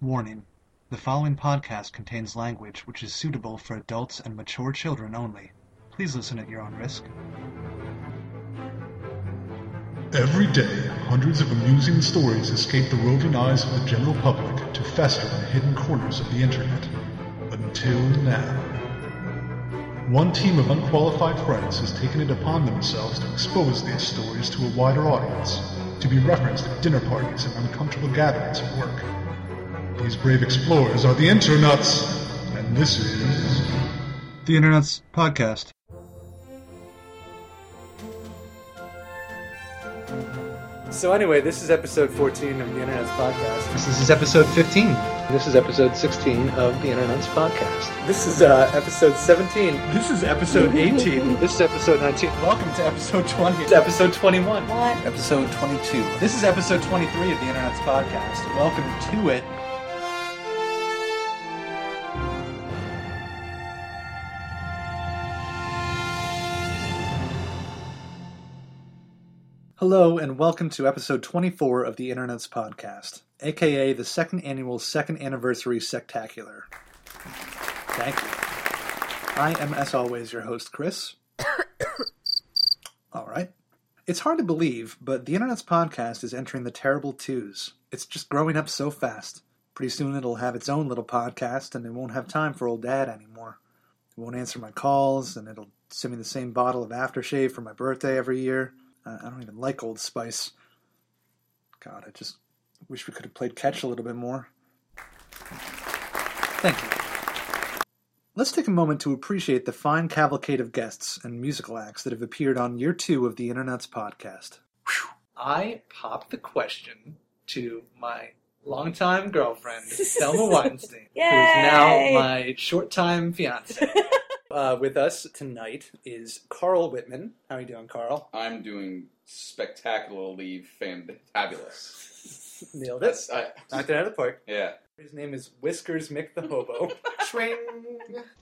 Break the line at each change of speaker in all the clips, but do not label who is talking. Warning: The following podcast contains language which is suitable for adults and mature children only. Please listen at your own risk.
Every day, hundreds of amusing stories escape the roving eyes of the general public to fester in the hidden corners of the internet. Until now. One team of unqualified friends has taken it upon themselves to expose these stories to a wider audience, to be referenced at dinner parties and uncomfortable gatherings at work. These brave explorers are the internets, and this is.
The Internet's podcast.
So anyway, this is episode 14 of the Internet's podcast.
This is episode 15. This is episode 16 of the Internet's podcast.
This is uh, episode 17.
This is episode 18.
This is episode 19.
Welcome to episode 20.
It's episode 21.
Episode 22.
This is episode 23 of the Internet's podcast. Welcome to it.
Hello and welcome to episode 24 of the Internet's podcast, aka the second annual second anniversary sectacular. Thank you. I am, as always, your host, Chris. All right. It's hard to believe, but the Internet's podcast is entering the terrible twos. It's just growing up so fast. Pretty soon it'll have its own little podcast, and it won't have time for old dad anymore. It won't answer my calls, and it'll send me the same bottle of aftershave for my birthday every year. I I don't even like Old Spice. God, I just wish we could have played catch a little bit more. Thank you. Let's take a moment to appreciate the fine cavalcade of guests and musical acts that have appeared on year two of the Internet's podcast. I popped the question to my longtime girlfriend, Selma Weinstein, who is now
Yay!
my short-time fiance. uh, with us tonight is Carl Whitman. How are you doing, Carl?
I'm doing spectacularly fantabulous.
Nailed it.
That's, I,
Knocked it out of the park.
yeah.
His name is Whiskers Mick the Hobo. Swing.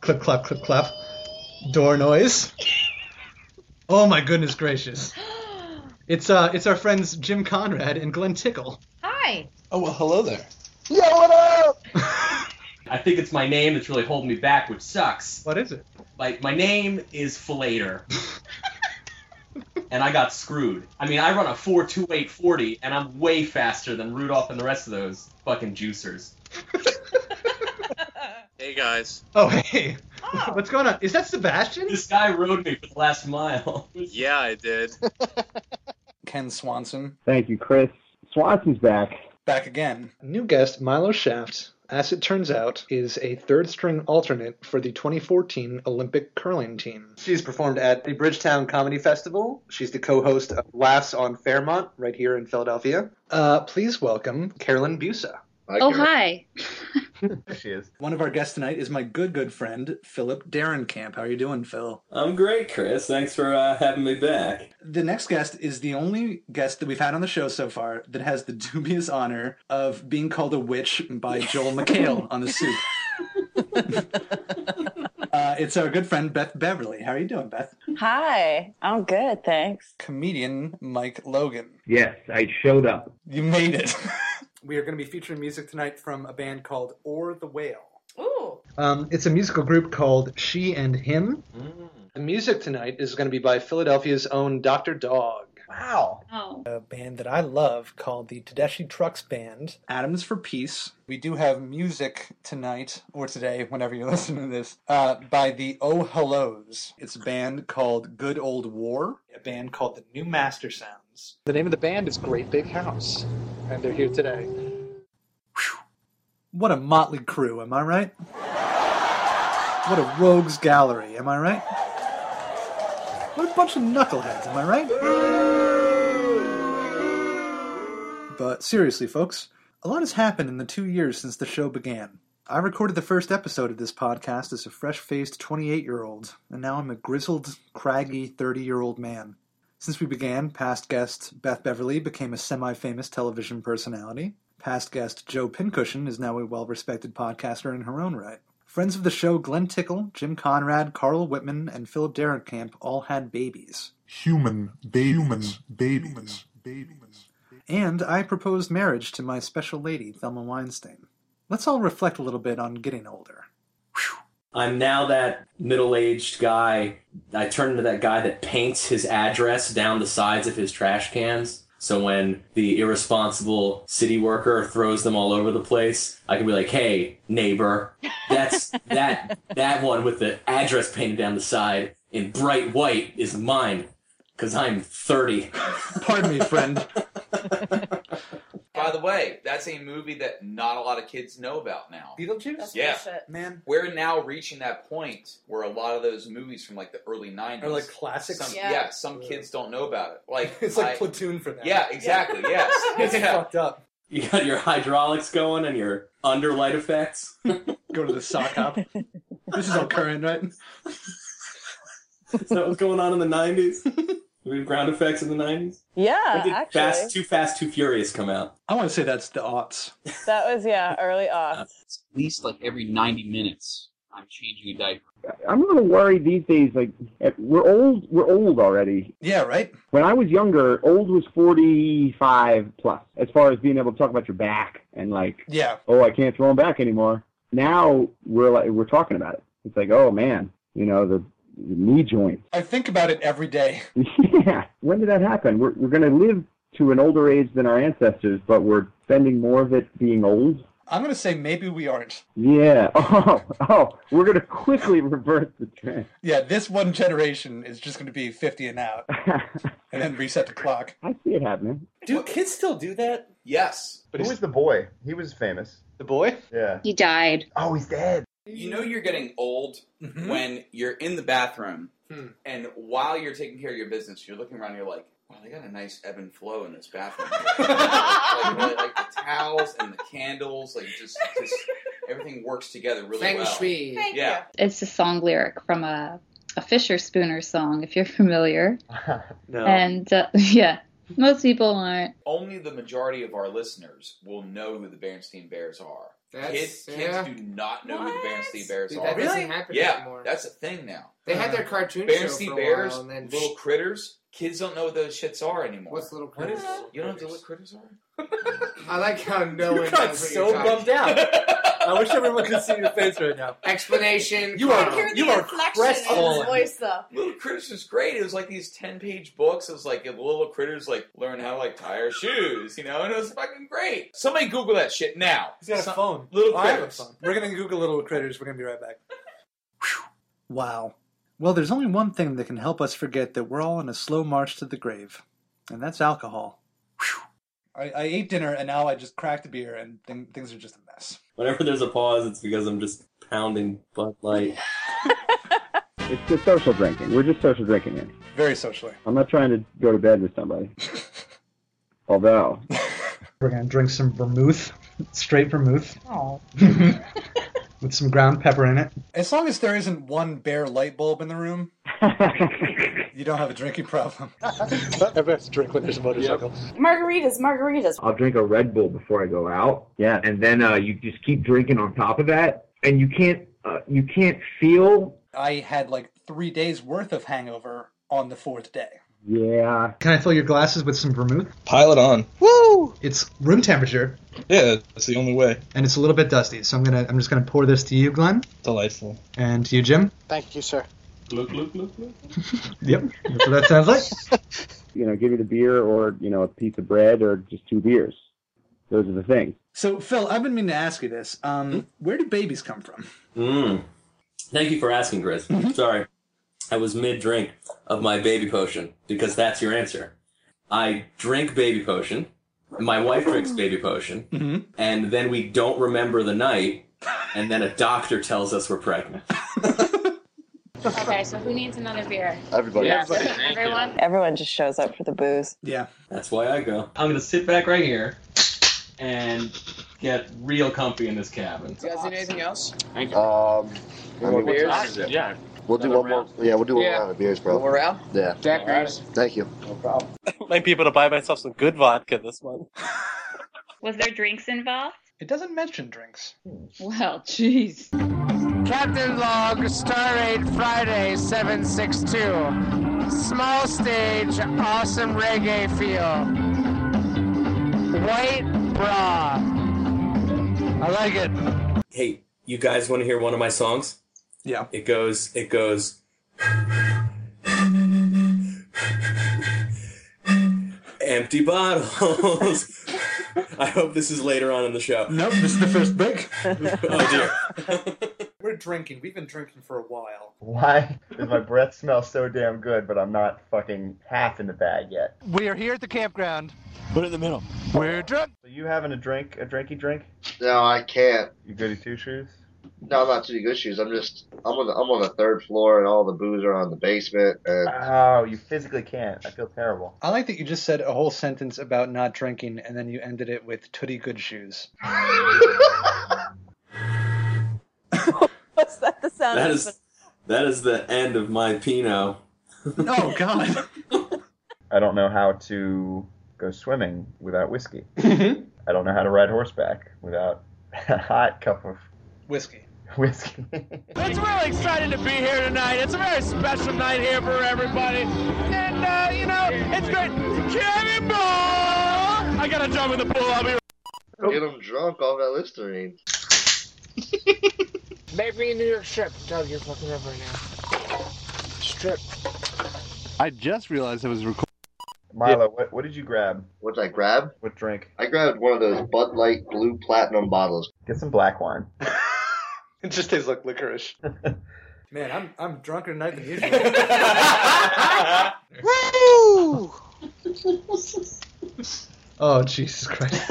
Clip, clap, clip, clap. Door noise. Oh my goodness gracious. It's uh, it's our friends Jim Conrad and Glenn Tickle.
Hi.
Oh, well, hello there.
I think it's my name that's really holding me back, which sucks.
What is it?
Like my name is Flater. and I got screwed. I mean, I run a 4.2840 and I'm way faster than Rudolph and the rest of those fucking juicers.
Hey guys.
Oh hey,
Oh,
what's going on? Is that Sebastian?
This guy rode me for the last mile.
Yeah, I did.
Ken Swanson.
Thank you, Chris. Swanson's back.
Back again.
New guest Milo Shaft, as it turns out, is a third string alternate for the 2014 Olympic curling team. She's performed at the Bridgetown Comedy Festival. She's the co host of Laughs on Fairmont right here in Philadelphia. Uh, please welcome Carolyn Busa.
oh hi.
She is.
One of our guests tonight is my good, good friend, Philip Derenkamp. How are you doing, Phil?
I'm great, Chris. Thanks for uh, having me back.
The next guest is the only guest that we've had on the show so far that has the dubious honor of being called a witch by Joel McHale on the soup. uh, it's our good friend, Beth Beverly. How are you doing, Beth?
Hi, I'm good, thanks.
Comedian Mike Logan.
Yes, I showed up.
You made it. we are going to be featuring music tonight from a band called Or the Whale.
Ooh.
Um, it's a musical group called She and Him.
Mm.
The music tonight is going to be by Philadelphia's own Dr. Dog.
Wow.
Oh.
A band that I love called the Tedeschi Trucks Band. Atoms for Peace. We do have music tonight, or today, whenever you're listening to this, uh, by the Oh Hellos. It's a band called Good Old War, a band called the New Master Sounds.
The name of the band is Great Big House, and they're here today.
What a motley crew, am I right? What a rogues gallery, am I right? What a bunch of knuckleheads, am I right? But seriously, folks, a lot has happened in the two years since the show began. I recorded the first episode of this podcast as a fresh faced 28 year old, and now I'm a grizzled, craggy 30 year old man. Since we began, past guest Beth Beverly became a semi famous television personality. Past guest Joe Pincushion is now a well respected podcaster in her own right. Friends of the show Glenn Tickle, Jim Conrad, Carl Whitman, and Philip Derenkamp all had babies.
Human babies. Humans. Babies.
And I proposed marriage to my special lady, Thelma Weinstein. Let's all reflect a little bit on getting older.
I'm now that middle aged guy. I turn into that guy that paints his address down the sides of his trash cans. So when the irresponsible city worker throws them all over the place, I can be like, "Hey, neighbor, that's that that one with the address painted down the side in bright white is mine, because I'm 30."
Pardon me, friend.
By the way, that's a movie that not a lot of kids know about now.
Beetlejuice?
That's
Yeah.
bullshit.
Man,
We're now reaching that point where a lot of those movies from like the early '90s,
Or like classics.
some,
Yeah.
yeah. some kids don't know about it. Like
It's like
I-
Platoon for them.
yeah, exactly, yes,
It's
yeah.
fucked up.
You got your hydraulics going and your underlight effects.
go to the sock hop. this is all current, right?
Is that what's going on in the '90s? We have ground effects in the '90s.
Yeah,
When did
actually,
Fast, Too Fast, Too Furious come out?
I want to say that's the aughts.
that was yeah early aughts.
It's at least like every 90 minutes, I'm changing a diaper.
I'm a little worried these days. Like we're old, we're old already.
Yeah, right?
When I was younger, old was 45 plus, as far as being able to talk about your back and like,
Yeah.
oh, I can't throw them back anymore. Now we're like, we're talking about it. It's like, oh man, you know the, the knee joint.
I think about it every day.
yeah. When did that happen? We're we're gonna live to an older age than our ancestors, but we're spending more of it being old.
I'm going to say maybe we aren't.
Yeah. Oh, oh, we're gonna quickly reverse the trend.
Yeah, this one generation is just going to be 50 and out
I
and then reset the clock.
see it happening.
Do kids still do that?
yes.
But
Who was the boy? He was famous.
the boy?
Yeah.
He died.
Oh, he's dead.
You know you're getting old
Mm-hmm.
when you're in the bathroom
Hmm.
and while you're taking care of your business, you're looking around. and You're like, wow, they got a nice ebb and flow in this bathroom. like, really, like the towels and the candles, like just just everything works together really
Feng
well.
shui. Thank
yeah.
It's a song lyric from a, a Fisher Spooner song, if you're familiar.
No.
And uh, yeah, most people aren't.
Only the majority of our listeners will know who the Bernstein Bears are.
That's-
kids,
yeah.
kids do not know who the Bernstein Bears
Dude,
are.
that doesn't happen
yeah,
anymore.
that's a thing now.
They had their cartoon
Bernstein
show for a
Bears,
while, and then
little critters. Kids don't know what those shits are anymore.
what's little
What is-
critters?
you don't know what little critters are?
I like how no
You
one
got
knows what
so
you're talking
bummed out. I wish everyone could see your face right now.
Explanation.
You
comma.
are- You
the
inflection
crestfallen. his
voice, though.
Little Critters was great. It was like these ten page books. It was like the little critters like learn how to like tie our shoes, you know, and it was fucking great. Somebody Google that shit now.
He's got a
Some-
phone. Oh,
Little
I have a
critters.
phone. We're gonna Google little critters. We're gonna be right back.
Wow. Well, there's only one thing that can help us forget that we're all on a slow march to the grave, and that's alcohol. Whew. I, I ate dinner and now I just cracked a beer and thing, things are just a mess.
Whenever there's a pause, it's because I'm just pounding Bud Light.
It's just social drinking. We're just social drinking here.
Very socially.
I'm not trying to go to bed with somebody. Although,
We're gonna drink some vermouth, straight Oh. vermouth,
with some ground pepper in it.
As long as there isn't one bare light bulb in the room, you don't have a drinking problem.
Everyone has to drink when there's a motorcycle.
Margaritas, margaritas.
I'll drink a Red Bull before I go out. Yeah, and then uh, you just keep drinking on top of that, and you can't uh, you can't feel.
I had like three days worth of hangover on the fourth day.
Yeah,
Can I fill your glasses with some vermouth?
Pile it on.
Woo! It's room temperature,
Yeah, that's the only way.
and it's a little bit dusty, so I'm gonna I'm just gonna pour this to you, Glenn,
Delightful.
and to you, Jim.
Thank you, sir.
Look, look, look, look.
Yep, that's what that sounds like.
You know, give you the beer or you know a piece of bread or just two beers. Those are the things.
So, Phil, I've been meaning to ask you this.
Hmm?
Um, where do babies come from?
Mm. Thank you for asking, Chris.
Mm-hmm.
Sorry. I was mid drink of my baby potion because that's your answer. I drink baby potion. My wife drinks baby potion.
Mm-hmm.
And then we don't remember the night. And then a doctor tells us we're pregnant.
Okay, so who needs another beer?
Everybody. Yeah,
Everyone?
Everyone just shows up for the booze.
Yeah.
That's why I go.
I'm gonna sit back right here and get real comfy in this cabin.
guys need anything else?
Thank
you. Um,
What time is it? Yeah.
We'll do one more. Yeah, we'll do one
Yeah.
round of beers, bro.
One more round?
Yeah.
Jack All right. beers.
Thank you.
No problem.
like people to buy myself some good vodka this month.
Was there drinks involved?
It doesn't mention drinks.
Well, jeez.
Captain Log, Star Raid Friday 762. Small stage, awesome reggae feel. White bra.
I like it.
Hey, you guys want to hear one of my songs?
Yeah.
It goes. It goes. Empty bottles. I hope this is later on in the show.
Nope, this is the first break.
oh dear.
We're drinking. We've been drinking for a while.
Why does my breath smell so damn good, but I'm not fucking half in the bag yet?
We are here at the campground.
Put it in the middle.
We're drunk.
So you having a drink, a drinky drink?
No, I can't.
You goody two shoes?
No, I'm not too good shoes. I'm just I'm on the I'm on the third floor and all the booze are on the basement and
Oh, you physically can't. I feel terrible.
I like that you just said a whole sentence about not drinking and then you ended it with Tootie Good Shoes.
Was that the sound?
That
of-
is that is the end of my Pinot.
Oh God.
I don't know how to go swimming without whiskey.
Mm-hmm.
I don't know how to ride horseback without a hot cup of
Whiskey.
whiskey.
It's really exciting to be here tonight. It's a very special night here for everybody. And, uh, you know, it's great. Cannonball! I gotta jump in the pool. I'll be
get them drunk off that Listerine.
Maybe in New York Strip. Doug, you're fucking up right now. Strip.
I just realized I was recording. Milo, what, what did you grab?
What did I grab?
What drink?
I grabbed one of those Bud Light blue platinum bottles.
Get some black wine.
It just tastes like licorice.
Man, I'm I'm drunker tonight than usual.
Woo!
Oh Jesus Christ!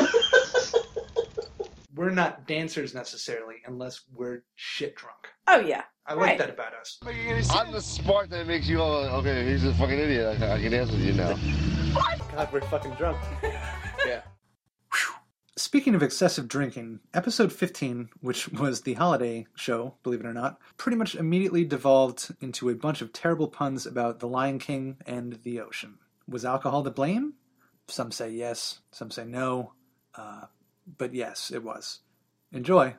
we're not dancers necessarily unless we're shit drunk.
Oh yeah.
I like
Right.
that about us.
I'm the spark that makes you all okay. He's a fucking idiot. I, I can dance with you now.
God, we're fucking drunk. yeah. Speaking of excessive drinking, episode 15, which was the holiday show, believe it or not, pretty much immediately devolved into a bunch of terrible puns about the Lion King and the ocean. Was alcohol to blame? Some say yes, some say no, uh, but yes, it was. Enjoy.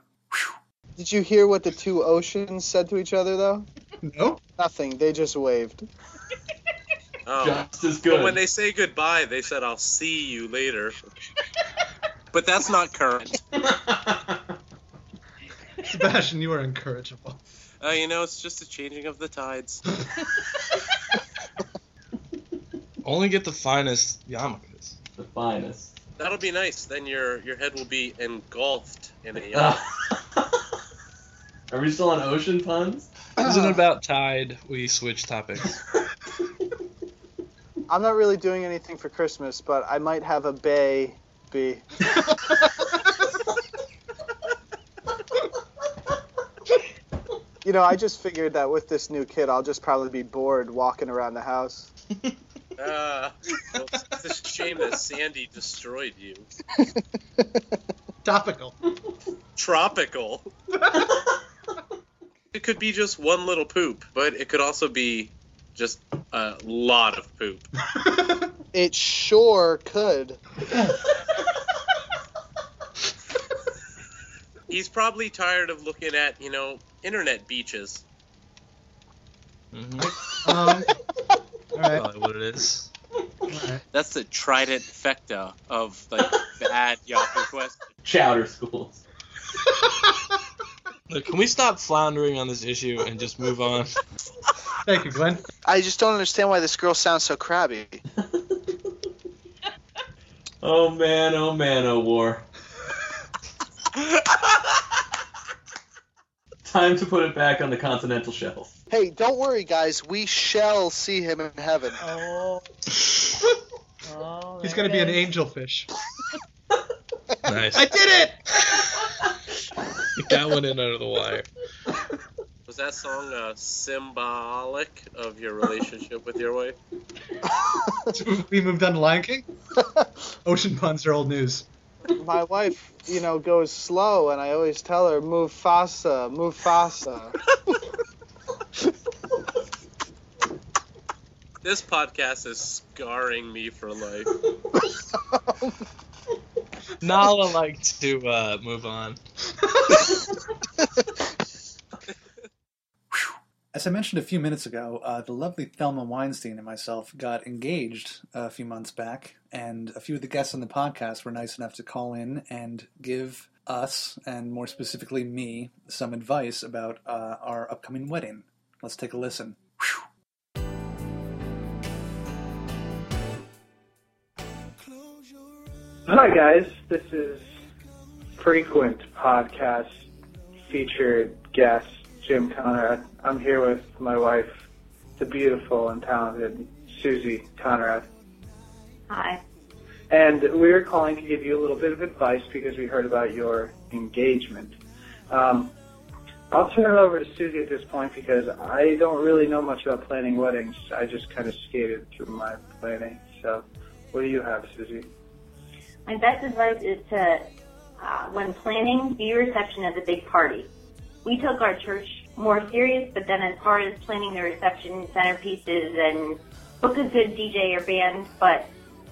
Did you hear what the two oceans said to each other, though?
No.
Nothing. They just waved.
Oh.
Just as good.
But when they say goodbye, they said, I'll see you later. but that's not current. Uh,
Sebastian, you are incorrigible.
Uh, you know, it's just a changing of the tides.
Only get the finest yarmulkes.
The finest.
That'll be nice. Then your your head will be engulfed in a. Uh,
Are we still on ocean puns?
Isn't it about tide? We switch topics.
I'm not really doing anything for Christmas, but I might have a bay be. you know, I just figured that with this new kid, I'll just probably be bored walking around the house.
uh, well, it's a shame that Sandy destroyed you.
Topical.
Tropical. it could be just one little poop, but it could also be just a lot of poop.
It sure could.
He's probably tired of looking at, you know, internet beaches.
Um, all right.
Mm-hmm. Probably what it is.
That's the trident fecta of like bad Yahoo Quest.
Chowder schools.
Look, can we stop floundering on this issue and just move on?
Thank you, Glenn.
I just don't understand why this girl sounds so crabby.
Oh man, oh man, oh war. Time to put it back on the continental shelf.
Hey, don't worry, guys. We shall see him in heaven.
Oh.
Oh,
He's gonna be an angelfish.
Nice.
I did it.
That went in under the wire.
Was that song uh, symbolic of your relationship with your wife?
we moved on to Lion King. Ocean puns are old news.
My wife, you know, goes slow, and I always tell her, "Move fasa, move fasa."
This podcast is scarring me for life.
Nala liked to uh, move on.
As I mentioned a few minutes ago, uh, the lovely Thelma Weinstein and myself got engaged a few months back, and a few of the guests on the podcast were nice enough to call in and give us, and more specifically me, some advice about uh, our upcoming wedding. Let's take a listen.
Hi, guys. This is frequent podcast featured guest Jim Conrad. I'm here with my wife, the beautiful and talented Susie Conrad.
Hi.
And we were calling to give you a little bit of advice because we heard about your engagement. Um, I'll turn it over to Susie at this point because I don't really know much about planning weddings. I just kind of skated through my planning. So, what do you have, Susie?
My best advice is to, uh, when planning, view reception as a big party. We took our church more serious, but then as far as planning the reception centerpieces and book a good DJ or band, but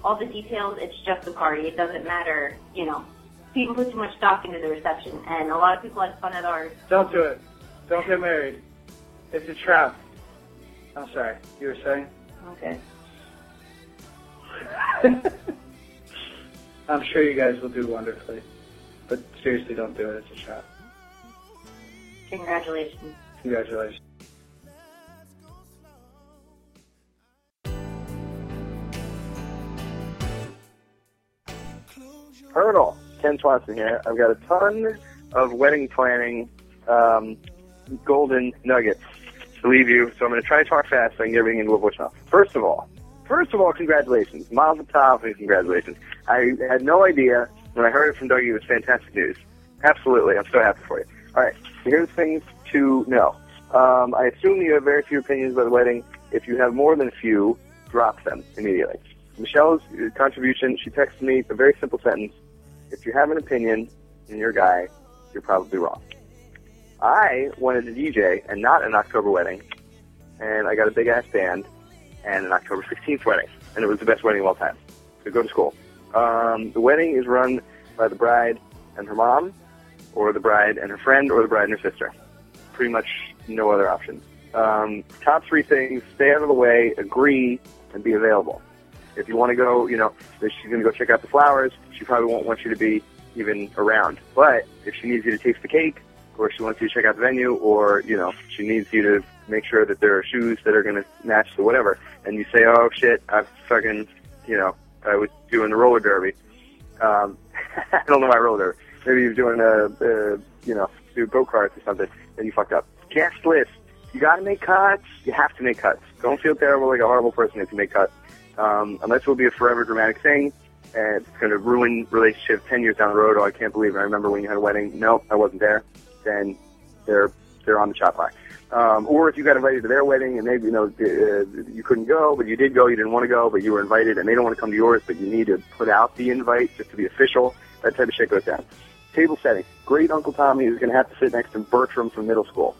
all the details, it's just a party. It doesn't matter, you know. People put too much stock into the reception, and a lot of people had fun at ours.
Don't do it. Don't get married. It's a trap. I'm sorry. You were saying?
Okay.
I'm sure you guys will do wonderfully. But seriously, don't do it. It's a trap.
Congratulations.
Congratulations.
Colonel, Ken Swanson here. I've got a ton of wedding planning um, golden nuggets to leave you, so I'm going to try to talk fast so I can get everything into a voicemail. First of all, first of all, congratulations. Mazel tov and congratulations. I had no idea when I heard it from Dougie. It was fantastic news. Absolutely. I'm so happy for you. All right. Here's things to know. Um, I assume you have very few opinions about the wedding. If you have more than a few, drop them immediately. Michelle's uh, contribution, she texted me a very simple sentence. If you have an opinion and you're a guy, you're probably wrong. I wanted a DJ and not an October wedding, and I got a big ass band and an October 16th wedding, and it was the best wedding of all time. So go to school. Um, the wedding is run by the bride and her mom, or the bride and her friend, or the bride and her sister. Pretty much no other options. Um, top three things: stay out of the way, agree, and be available. If you want to go, you know, if she's going to go check out the flowers. She probably won't want you to be even around. But if she needs you to taste the cake, or she wants you to check out the venue, or you know, she needs you to make sure that there are shoes that are going to match the whatever, and you say, "Oh shit, I fucking, you know, I was doing the roller derby." Um, I don't know why roller derby. Maybe you're doing a, a you know, do go karts or something, and you fucked up. Guest list. You got to make cuts. You have to make cuts. Don't feel terrible like a horrible person if you make cuts. Um, unless it will be a forever dramatic thing, and it's going to ruin relationship 10 years down the road. Oh, I can't believe it. I remember when you had a wedding. No, I wasn't there. Then they're, they're on the chop block. Um, or if you got invited to their wedding and they, you know, uh, you couldn't go, but you did go, you didn't want to go, but you were invited and they don't want to come to yours, but you need to put out the invite just to be official. That type of shit goes down. Table setting. Great Uncle Tommy is going to have to sit next to Bertram from middle school.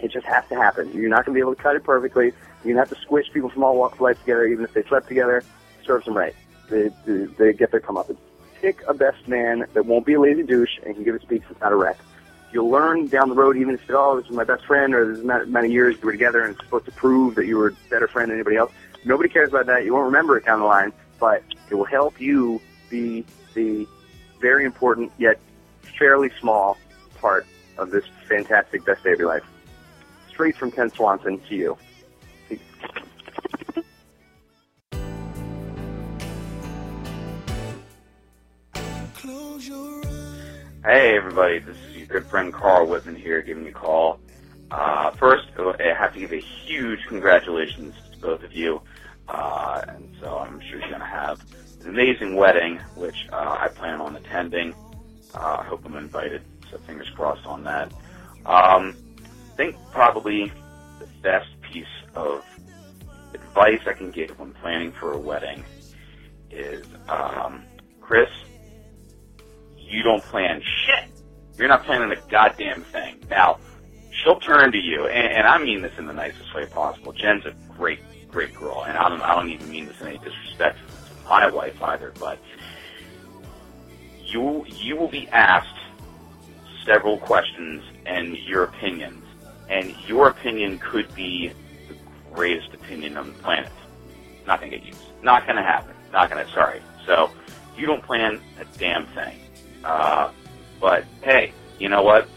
It just has to happen. You're not going to be able to cut it perfectly. You're going to have to squish people from all walks of life together, even if they slept together. Serves them right. They, they, they get their comeuppance. Pick a best man that won't be a lazy douche and can give a speech that's not a wreck. You'll learn down the road, even if you oh, this is my best friend, or this is not amount of years we were together, and it's supposed to prove that you were a better friend than anybody else. Nobody cares about that. You won't remember it down the line, but it will help you be the very important yet fairly small part of this fantastic best day of your life. Straight from Ken Swanson to you.
Hey, everybody. This is your good friend Carl Whitman here giving you a call. Uh, first, I have to give a huge congratulations to both of you. Uh, and so I'm sure you're going to have an amazing wedding, which uh, I plan on attending. Uh, I hope I'm invited, so fingers crossed on that. Um, I think probably the best piece of advice I can give when planning for a wedding is, um, Chris, you don't plan shit. You're not planning a goddamn thing. Now, she'll turn to you, and, and I mean this in the nicest way possible. Jen's a great, great girl, and I don't, I don't even mean this in any disrespect to my wife either, but you, you will be asked several questions and your opinions, and your opinion could be the greatest opinion on the planet. Not gonna get used. Not gonna happen. Not gonna, sorry. So, you don't plan a damn thing. Uh, But hey, you know what?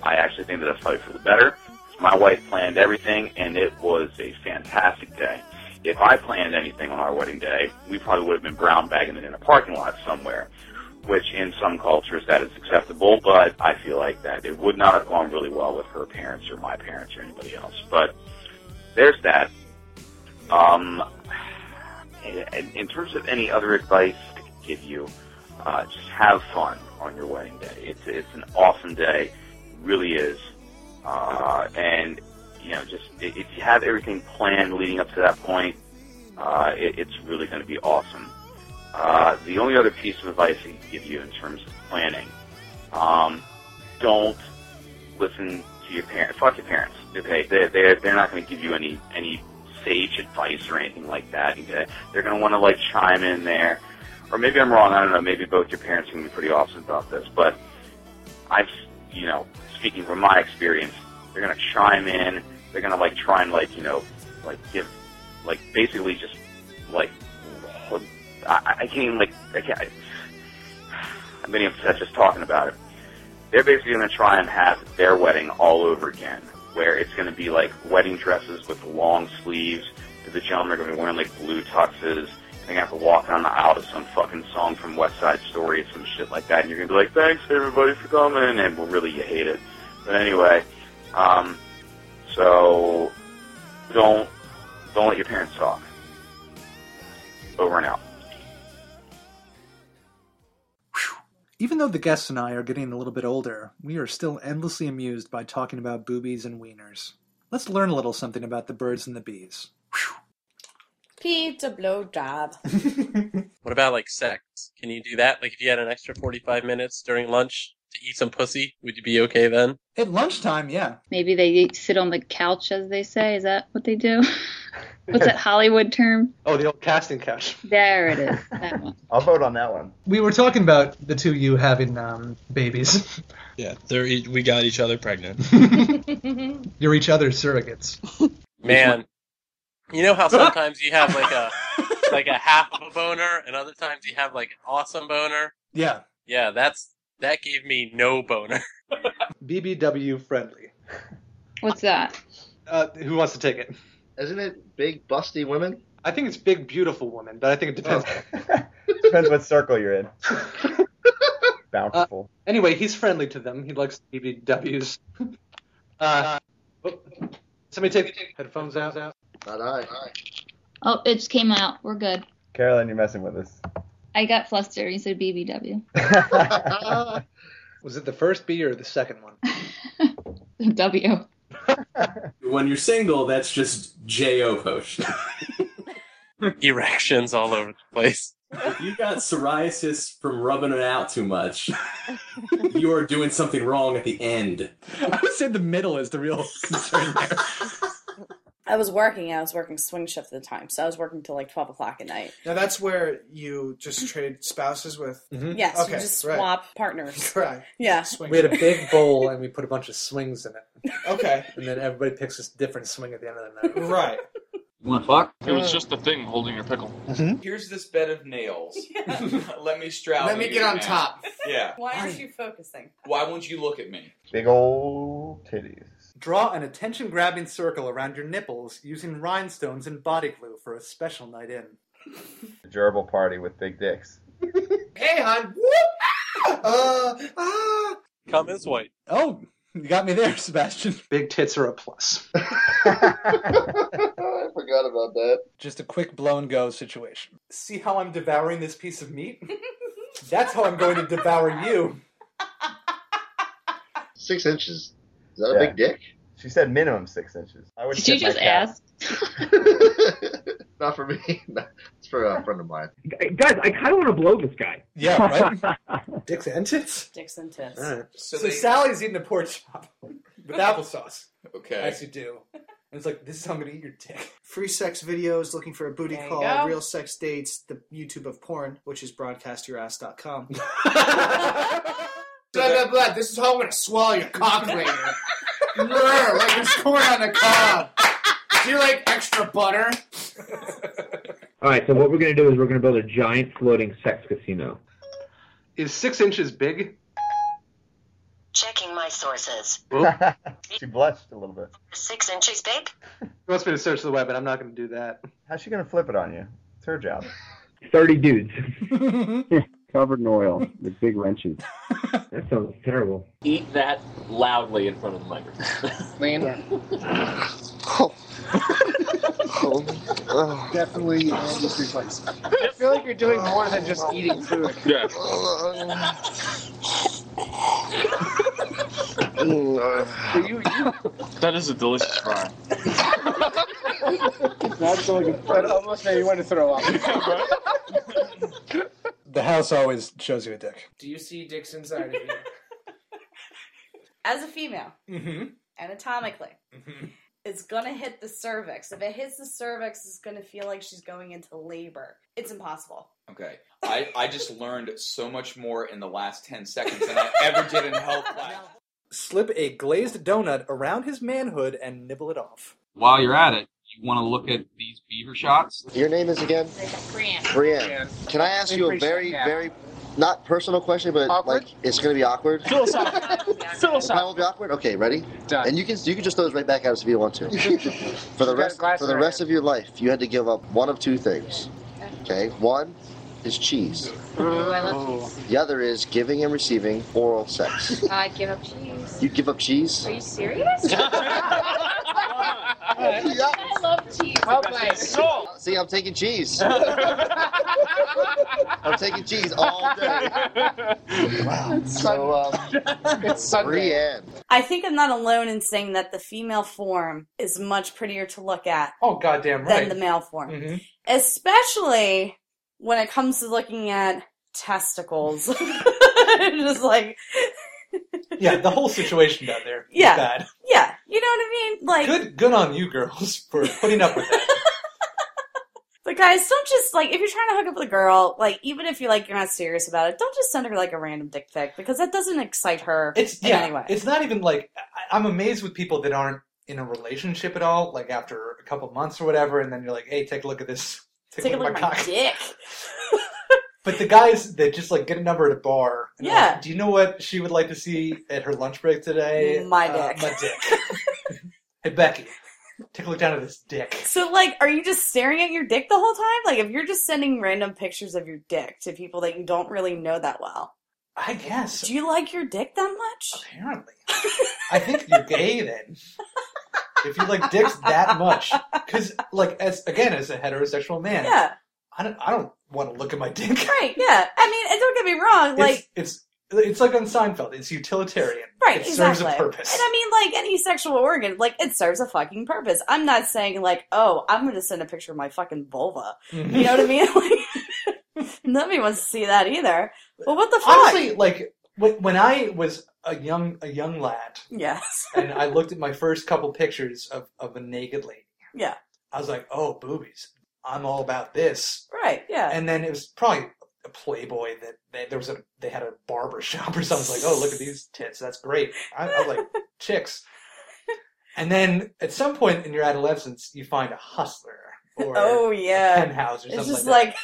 I actually think that it's probably for the better. 'cause My wife planned everything, and it was a fantastic day. If I planned anything on our wedding day, we probably would have been brown bagging it in a parking lot somewhere, which in some cultures that is acceptable, but I feel like that it would not have gone really well with her parents or my parents or anybody else. But there's that. Um, in, in terms of any other advice I could give you, uh, just have fun on your wedding day. It's it's an awesome day, it really is. Uh, and you know, just i- if you have everything planned leading up to that point, uh, it, it's really going to be awesome. Uh, the only other piece of advice I can give you in terms of planning, um, don't listen to your parents. Fuck your parents. Okay, they they they're not going to give you any any sage advice or anything like that. Okay? They're going to want to like chime in there, or maybe I'm wrong. I don't know. Maybe both your parents can be pretty awesome about this, but I've you know speaking from my experience, they're going to chime in. They're going to like try and like you know like give like basically just like I, I I can't even like I can't. I, I'm getting upset just talking about it they're basically going to try and have their wedding all over again, where it's going to be like wedding dresses with long sleeves. The gentlemen are going to be wearing like blue tuxes. They're going to have to walk down the aisle to some fucking song from West Side Story or some shit like that. And you're going to be like, thanks everybody for coming. And well, really, you hate it. But anyway, um, so don't don't let your parents talk. Over and out.
Even though the guests and I are getting a little bit older, we are still endlessly amused by talking about boobies and wieners. Let's learn a little something about the birds and the bees.
Pizza blowjob.
What about like sex? Can you do that? Like if you had an extra 45 minutes during lunch to eat some pussy, would you be okay then?
At lunchtime, yeah.
Maybe they sit on the couch, as they say. Is that what they do? What's that Hollywood term?
Oh, the old casting couch.
There it is. That one.
I'll vote on that one.
We were talking about the two of you having um, babies.
Yeah, they're e- we got each other pregnant.
You're each other's surrogates.
Man, you know how sometimes you have like a like a half of a boner, and other times you have like an awesome boner.
Yeah.
Yeah, that's that gave me no boner.
BBW friendly.
What's that?
Uh, who wants to take it?
Isn't it big busty women?
I think it's big beautiful women, but I think it depends.
Depends what circle you're in. Bountiful.
Uh, Anyway, he's friendly to them. He likes BBWs. Uh, oh, somebody take the headphones out.
Not I.
Oh, it just came out. We're good.
Carolyn, you're messing with us.
I got flustered. You said BBW.
Was it the first B or the second one?
W.
When you're single, that's just J.O. potion.
Erections all over the place.
If you got psoriasis from rubbing it out too much, you are doing something wrong at the end.
I would say the middle is the real concern there.
I was working. I was working swing shift at the time, so I was working till like twelve o'clock at night.
Now that's where you just trade spouses with.
Hmm.
Mm-hmm.
Yes, you just
right.
swap partners.
Right.
Yeah.
Swing.
We had a big bowl and we put a bunch of swings in it,
Okay.
and then everybody picks a different swing at the end of the night.
Right.
You want to fuck?
It was
just the thing holding your pickle.
Mm-hmm.
Here's this bed of nails. Let me straddle.
Let me
you,
get on
man.
top.
Yeah.
Why aren't you focusing?
Why won't you look at me?
Big old titties.
Draw an attention grabbing circle around your nipples using rhinestones and body glue for a special night in.
The gerbil party with big dicks.
Hey, hon.
Uh, ah.
Come is white.
Oh, you got me there, Sebastian.
Big tits are a plus.
I forgot about that.
Just a quick blow and go situation. See how I'm devouring this piece of meat? That's how I'm going to devour you.
Six inches. Is that a
Yeah.
big dick?
She said minimum six inches. I would
Did you
tip my
just
cap.
ask?
Not for me. it's for a friend of mine.
Guys, I kind of want to blow this guy.
Yeah, right? Dicks and tits?
Dicks and tits.
So,
they-
Sally's eating a pork chop with applesauce.
Okay.
As you do. And it's like, this is how I'm going to eat your dick.
Free sex videos, looking for a booty
There you go.
call, real sex dates, the YouTube of porn, which is broadcastyourass.com.
Blah blah blah. This is how I'm gonna swallow your cock later. Brr, like it's corn on the cob. Do you like extra butter?
All right, so what we're going to do is we're going to build a giant floating sex casino.
Is six inches big?
Checking my sources.
she blushed a little bit.
Six inches, babe.
She wants me to search the web, and I'm not going to do that.
How's she going to flip it on you? It's her job.
30 dudes. Covered in oil with big wrenches. That sounds terrible.
Eat that loudly in front of the microphone.
Definitely Andy's replacement. I feel like you're doing more than just eating food.
Yeah.
That is a delicious fry.
That's so good. That almost made me want to throw up.
The house always shows you a dick.
Do you see dicks inside of you?
As a female,
Mm-hmm.
anatomically,
Mm-hmm.
it's gonna hit the cervix. If it hits the cervix, it's gonna feel like she's going into labor. It's impossible.
Okay. I, I just learned so much more in the last 10 seconds than I ever did in health class.
Slip a glazed donut around his manhood and nibble it off.
While you're at it, you want to look at these beaver shots.
Your name is again?
Brianne.
Brienne. Can I ask you a very, very, not personal question, but like it's going to be awkward.
Philosophical.
I will be awkward. Okay, ready? Done. And you can you can just throw this right back at us if you want to. for the
Got a
rest
glass
for the
in
rest of your life, you had to give up one of two things. Okay, one is cheese. The other is giving and receiving oral sex.
I give up cheese.
You give up cheese?
Are you serious? I love cheese.
See, I'm taking cheese. I'm taking cheese all day. Wow. So, um,
it's
Brienne.
I think I'm not alone in saying that the female form is much prettier to look at
Oh, goddamn right.
than the male form,
Mm-hmm.
especially when it comes to looking at testicles. Just like,
Yeah, the whole situation down there. is
Yeah.
Bad.
yeah, you know what I mean? Like,
Good, good on you girls for putting up with that.
But guys, don't just like if you're trying to hook up with a girl, like even if you're like you're not serious about it, don't just send her like a random dick pic because that doesn't excite her
It's
in
yeah.
any way.
It's not even like I, I'm amazed with people that aren't in a relationship at all. Like after a couple months or whatever, and then you're like, "Hey, take a look at this.
Take a look at my dick.
But the guys that just like get a number at a bar. and are
Yeah.
like, Do you know what she would like to see at her lunch break today?
My
Uh,
dick.
my dick. hey Becky, take a look down at this dick.
So like, are you just staring at your dick the whole time? Like if you're just sending random pictures of your dick to people that you don't really know that well.
I guess.
Do you like your dick that much?
Apparently. I think you're gay then. If you like dicks that much, because like as again as a heterosexual man,
Yeah.
I don't I don't want to look at my dick.
Right, yeah. I mean, and don't get me wrong, like
it's, it's it's like on Seinfeld. It's utilitarian.
Right,
It
exactly.
serves a purpose.
And I mean, like any sexual organ, like it serves a fucking purpose. I'm not saying like, oh, I'm going to send a picture of my fucking vulva.
Mm-hmm.
You know what I mean? Like, nobody wants to see that either. Well, what the fuck?
Honestly, like when, when I was a young a young lad,
yes,
and I looked at my first couple pictures of of a naked lady,
yeah,
I was like, oh, boobies. I'm all about this.
right, yeah.
And then it was probably a Playboy that they, there was a they had a barber shop or something. It's like, oh, look at these tits. That's great. I, I like chicks. And then at some point in your adolescence, you find a hustler or
oh
a
yeah,
penthouse or
it's
something
just
like that.
like,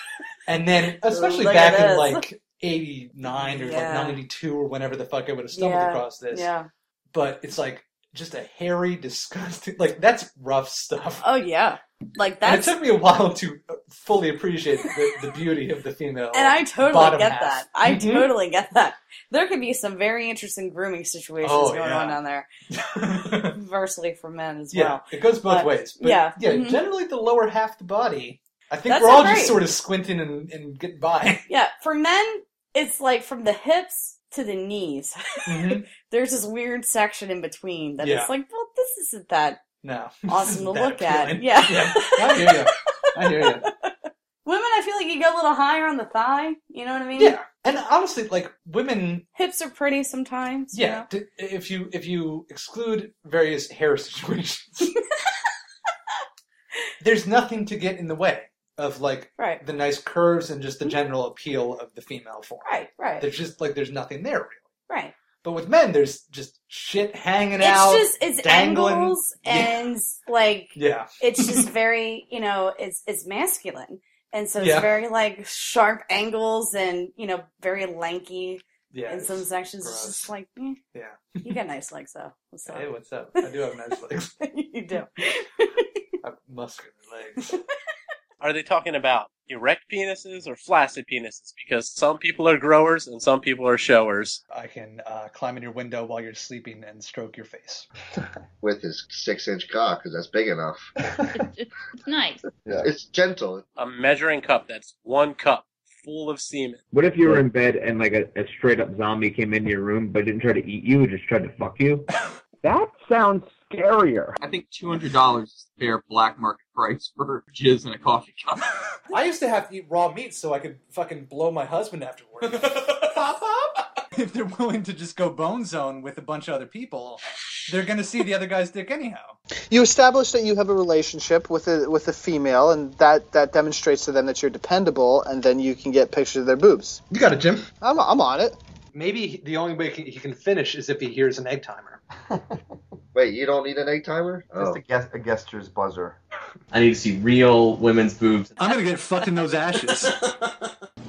And then, especially
Look at
back in
this.
like '89 or
Yeah.
like '92 or whenever the fuck I would have stumbled
yeah,
across this.
Yeah.
But it's like just a hairy, disgusting. Like that's rough stuff.
Oh yeah. Like
And it
that's
took me a while to uh, fully appreciate the, the beauty of the female.
And I totally
bottom
get
half.
that. I
Mhm.
totally get that. There could be some very interesting grooming situations
Oh,
going
yeah.
on down there. Conversely for men as
Yeah,
well.
it goes both
But-
ways. But yeah,
yeah.
yeah.
Mhm.
Generally, the lower half the body. I think
That's
we're all
not
just
right.
sort of squinting and, and getting by.
Yeah, for men, it's like from the hips to the knees. There's this weird section in between that
Mm-hmm. Yeah.
it's like, well, this isn't that
No,
awesome to
That
look at.
appealing.
Yeah.
I hear you. I hear you.
Women, I feel like you go a little higher on the thigh. You know what I mean?
Yeah, and honestly, like women
Hips are pretty sometimes. you
Yeah,
know?
d- if you if you exclude various hair situations, there's nothing to get in the way of like
Right. Mm-hmm.
the nice curves and just the general appeal of the female form.
Right, right.
There's just like there's nothing there really.
Right.
But with men, there's just shit hanging
It's
out.
just, it's
dangling.
angles
Yeah.
and like,
yeah.
it's just very, you know, it's, it's masculine. And so it's
Yeah.
very like sharp angles and, you know, very lanky
Yeah,
in some
it's
sections, it's
gross.
just like, eh.
Yeah.
you got nice legs though. What's up?
Hey, what's up? I do have nice legs.
you do.
I've muscular legs.
Are they talking about erect penises or flaccid penises? Because some people are growers and some people are showers.
I can uh, climb in your window while you're sleeping and stroke your face.
with his six inch cock because that's big enough.
It's nice.
It's gentle.
A measuring cup that's one cup full of semen.
What if you were in bed and like a, a straight up zombie came into your room but didn't try to eat you, just tried to fuck you? that sounds scarier.
I think two hundred dollars is the fair black market price for jizz in a coffee cup.
I used to have to eat raw meat so I could fucking blow my husband after work. Pop up.
if they're willing to just go bone zone with a bunch of other people, they're gonna see the other guy's dick anyhow.
You establish that you have a relationship with a with a female, and that that demonstrates to them that you're dependable, and then you can get pictures of their boobs.
You got it, Jim.
I'm I'm on it.
Maybe he- the only way he he can finish is if he hears an egg timer.
Wait, you don't need an egg timer?
Just a, guest, a gesture's buzzer.
I need to see real women's boobs.
I'm gonna get fucked in those ashes.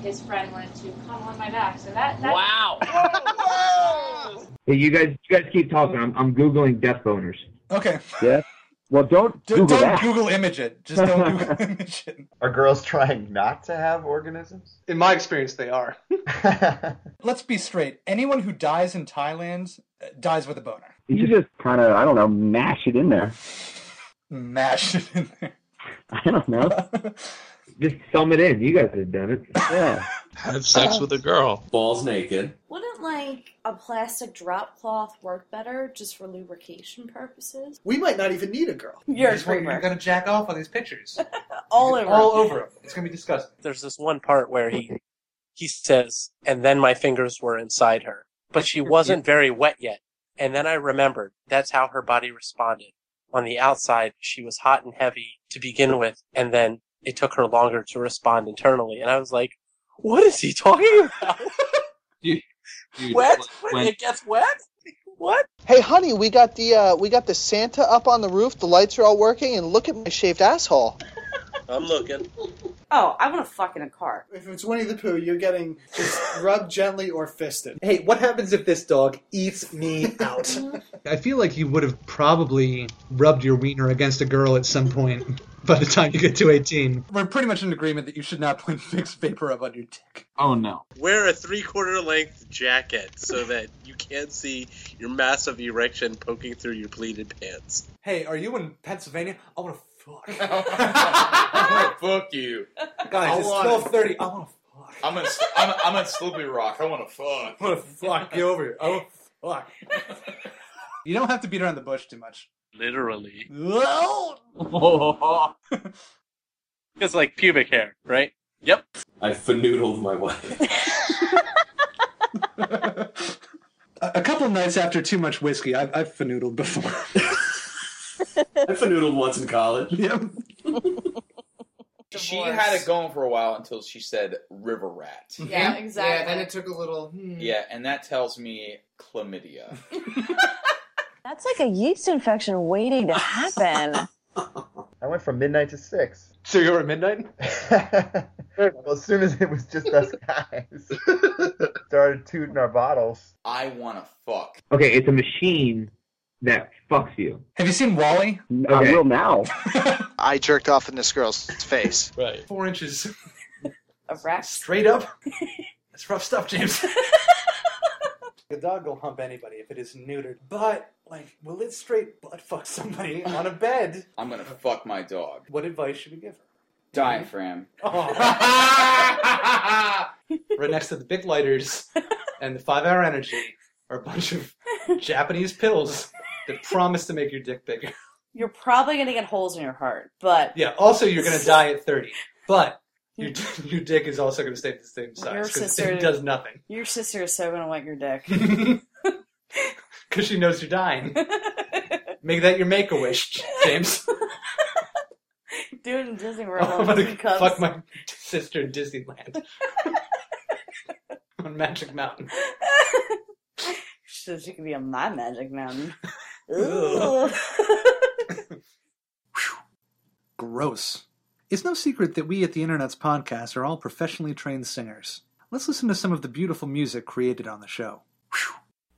His friend wanted to come on my back, so that. that
wow.
Hey, you guys, you guys keep talking. I'm, I'm googling death boners.
Okay.
Yeah. Well, don't
D-
Google
don't
that.
Google image it. Just don't Google image it.
Are girls trying not to have organisms?
In my experience, they are.
Let's be straight. Anyone who dies in Thailand uh, dies with a boner.
You just kind of, I don't know, mash it in there.
Mash it in there.
I don't know. just thumb it in. You guys have done it. Yeah.
Have
Uh,
sex with a girl.
Balls naked.
Wouldn't like a plastic drop cloth work better just for lubrication purposes?
We might not even need a girl.
You're a
That's what You're gonna jack off on these pictures.
all over.
All over them. It's gonna be disgusting.
There's this one part where he he says, and then my fingers were inside her. But she wasn't very wet yet. And then I remembered that's how her body responded. On the outside, she was hot and heavy to begin with, and then it took her longer to respond internally. And I was like, what is he talking about?
Dude,
wet?
when- when-
It gets wet? What?
Hey, honey, we got the uh, we got the Santa up on the roof. The lights are all working, and look at my shaved asshole.
I'm looking.
Oh, I want to fuck in a car.
If it's Winnie the Pooh, you're getting just rubbed gently or fisted.
Hey, what happens if this dog eats me out? I feel like you would have probably rubbed your wiener against a girl at some point by the time you get to 18.
We're pretty much in agreement that you should not put fixed vapor up on your dick.
Oh no.
Wear a three quarter length jacket so that you can't see your massive erection poking through your pleated pants.
Hey, are you in Pennsylvania? I want to fuck.
Fuck you.
Guys,
I
it's
wanna-
twelve thirty. I want
I'm in, I'm, I'm in Sloopy Rock. I want to fuck.
to fuck. Get over here. I want to fuck.
You don't have to beat around the bush too much.
Literally.
Well,
it's like pubic hair, right? Yep.
I fanoodled my wife.
a, a couple nights after too much whiskey, I've, I've fanoodled before.
I fanoodled once in college.
Yep.
She had it going for a while until she said river rat.
Yeah,
exactly.
Yeah, then it took a little. Hmm.
Yeah, and that tells me chlamydia.
That's like a yeast infection waiting to happen.
I went from midnight to six.
So you were at midnight?
well, as soon as it was just us guys, started tooting our bottles.
I want to fuck.
Okay, it's a machine that fucks you.
Have you seen Wally?
I will now.
I jerked off in this girl's face.
Right.
Four inches.
A rat.
Straight up. That's rough stuff, James. The dog will hump anybody if it is neutered, but like, will it straight butt fuck somebody on a bed?
I'm going to fuck my dog.
What advice should we give her? Oh.
Diaphragm.
right next to the big lighters and the five hour energy are a bunch of Japanese pills that promise to make your dick bigger.
You're probably gonna get holes in your heart, but
Yeah, also, you're going to die at 30, but your, your dick is also going to stay the same
Hmm. Your
size because
sister-
it does nothing
your sister is so gonna want your dick.
because she knows you're dying. Make that your make a wish, James.
Do it in Disney World.
I'm going to
Disney cups.
Oh, fuck my sister in Disneyland on Magic Mountain.
So she could be on my Magic Mountain.
Ugh.
Gross. It's no secret that we at the Internet's podcast are all professionally trained singers.
let's listen to some of the beautiful music created on the show.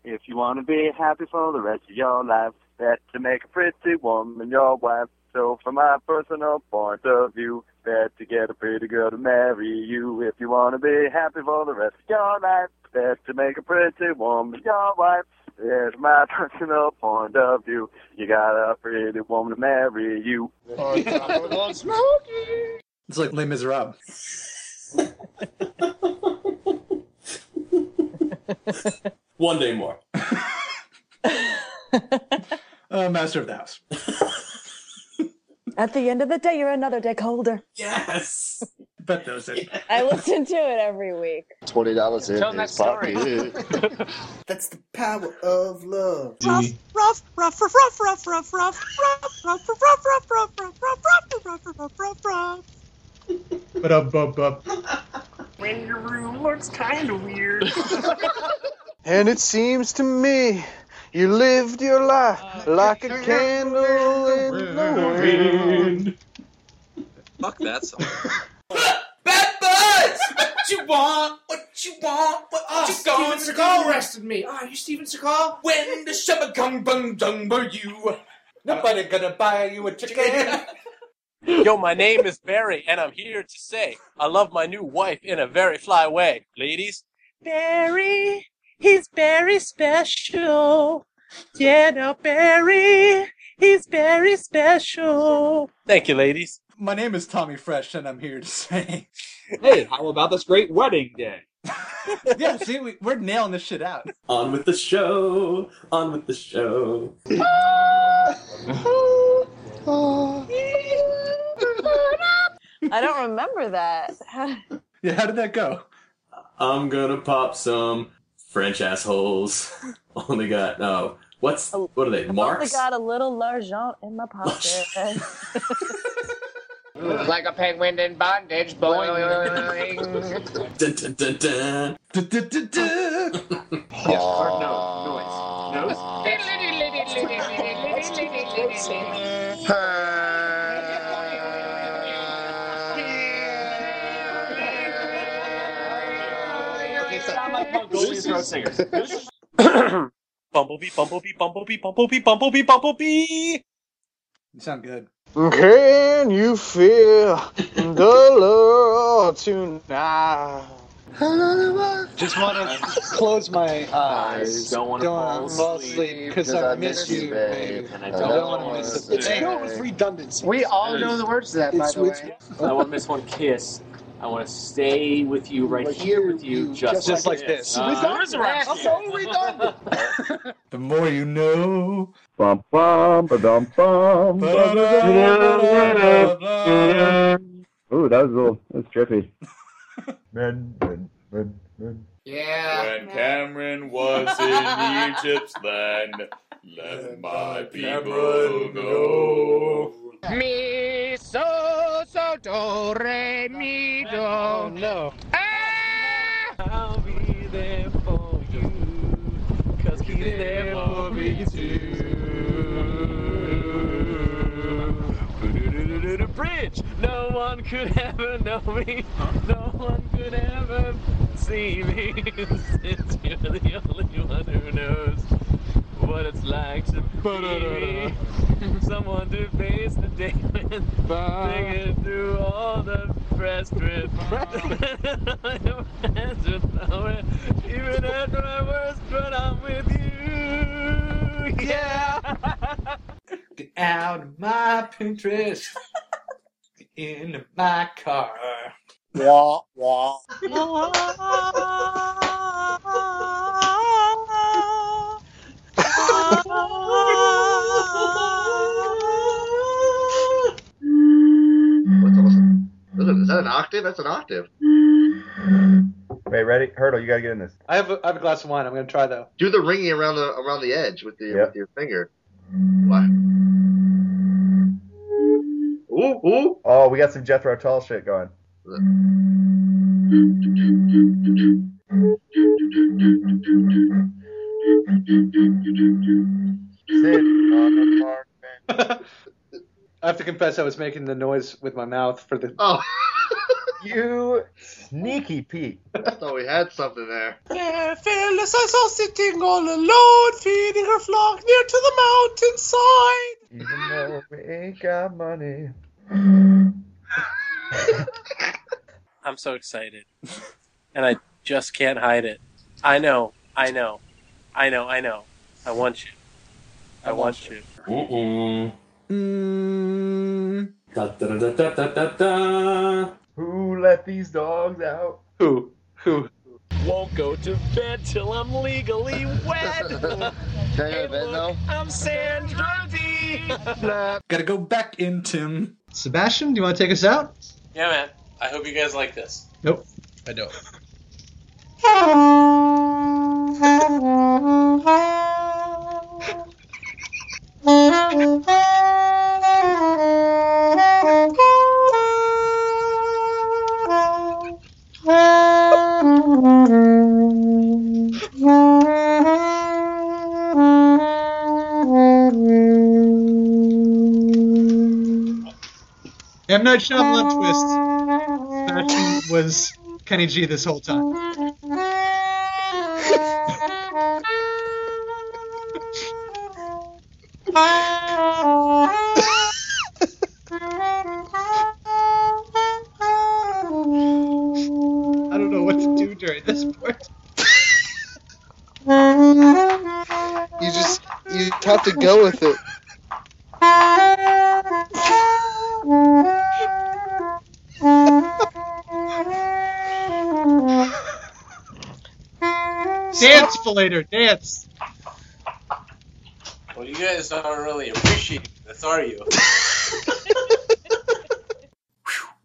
If you want to be happy for the rest of your life, that's to make a pretty woman your wife. So from my personal point of view, that's to get a pretty girl to marry you. If you want to be happy for the rest of your life, that's to make a pretty woman your wife. That's my personal point of view. You got a pretty woman to marry you.
It's like Les Miserables.
One day more.
Uh, master of the house.
At the end of the day, you're another dick holder.
Yes.
Bet those it.
I listen to it every week.
Twenty dollars in
Tell his that story.
That's the power of love.
Ruff, ruff, ruff, ruff, ruff, ruff, ruff, ruff, ruff, ruff, ruff, ruff, ruff, ruff, ruff, ruff, ruff, ruff, ruff, ruff, ruff.
But up, up, up.
Wengaroo looks kind of weird.
And it seems to me you lived your life
Uh,
like a candle in the wind.
Fuck that song.
Buzz! What you want? What you want? What
Oh,
you
Steven
going
Seagal
Seagal arrested me. Oh, you Steven Seagal? When the shabba gung bung dung were you? Nobody gonna buy you a chicken.
Yo, my name is Barry, and I'm here to say I love my new wife in a very fly way. Ladies,
Barry, he's very special. Yeah, no, Barry, he's very special.
Thank you, ladies.
My name is Tommy Fresh, and I'm here to say.
Hey, how about this great wedding day?
yeah, see, we, we're nailing this shit out.
On with the show. On with the show.
I don't remember that.
Yeah, how did that go?
I'm gonna pop some French assholes. Only got no. What's what are they?
I
Marks.
got a little l'argent in my pocket.
like a penguin in bondage. Boing.
Dun, dun, dun, dun.
bumblebee, bumblebee, bumblebee, bumblebee, bumblebee, bumblebee.
You sound good.
Can you feel the love tonight?
Just want to close my eyes. Don't want to fall, asleep because I miss you, babe. And I don't, want to miss a thing.
filled with
redundancy.
We all know the words to that, by the way.
I want to miss one kiss. I want to stay with you right here with you, just,
just like this.
Uh,
Redundant. I'm so redundant.
The more you know.
Bum bum ba dum
Um,
bum. Ooh, that was a little that's trippy.
Yeah.
When Cameron was in Egypt's land, let my people go.
Mi so so do re mi do. Oh no. I'll be there for you. Cause be there for me too. The bridge! No one could ever know me. No one could ever see me. Since you're the only one who knows what it's like to be someone to face the day when digging through all the press trip. Even after my worst, but I'm with you. Yeah.
Get out of my Pinterest. Get into my car.
Wah wah.
Is that an octave? That's an octave.
Wait, ready? Hurdle, you gotta get in this.
I have a, I have a glass of wine. I'm gonna try though.
Do the ringing around the around the edge with the
Yeah.
with your finger. Why? Ooh, ooh.
Oh, we got some Jethro Tull shit going.
I have to confess, I was making the noise with my mouth for the.
Oh.
you
Sneaky Pete.
I thought we had something there.
There, fearless, I saw sitting all alone, feeding her flock near to the mountain side.
Even though we ain't got money.
I'm so excited. and I just can't hide it. I know, I know, I know, I know. I want you. I, want, you.
Mm-mm.
Mm.
Da, da, da, da, da, da, da.
Who let these dogs out?
Who? Who?
Won't go to bed till I'm legally wed. hey, look, I'm Sandra D.
Gotta go back in, Tim.
Sebastian, do you want to take us out?
Yeah, man. I hope you guys like this.
Nope. I don't. M. Night Shyamalan twist. Sebastian was Kenny G this whole time. I don't know what to do during this part.
You just you have to go with it.
Dance for later, dance.
Well, you guys aren't really appreciating this, are you?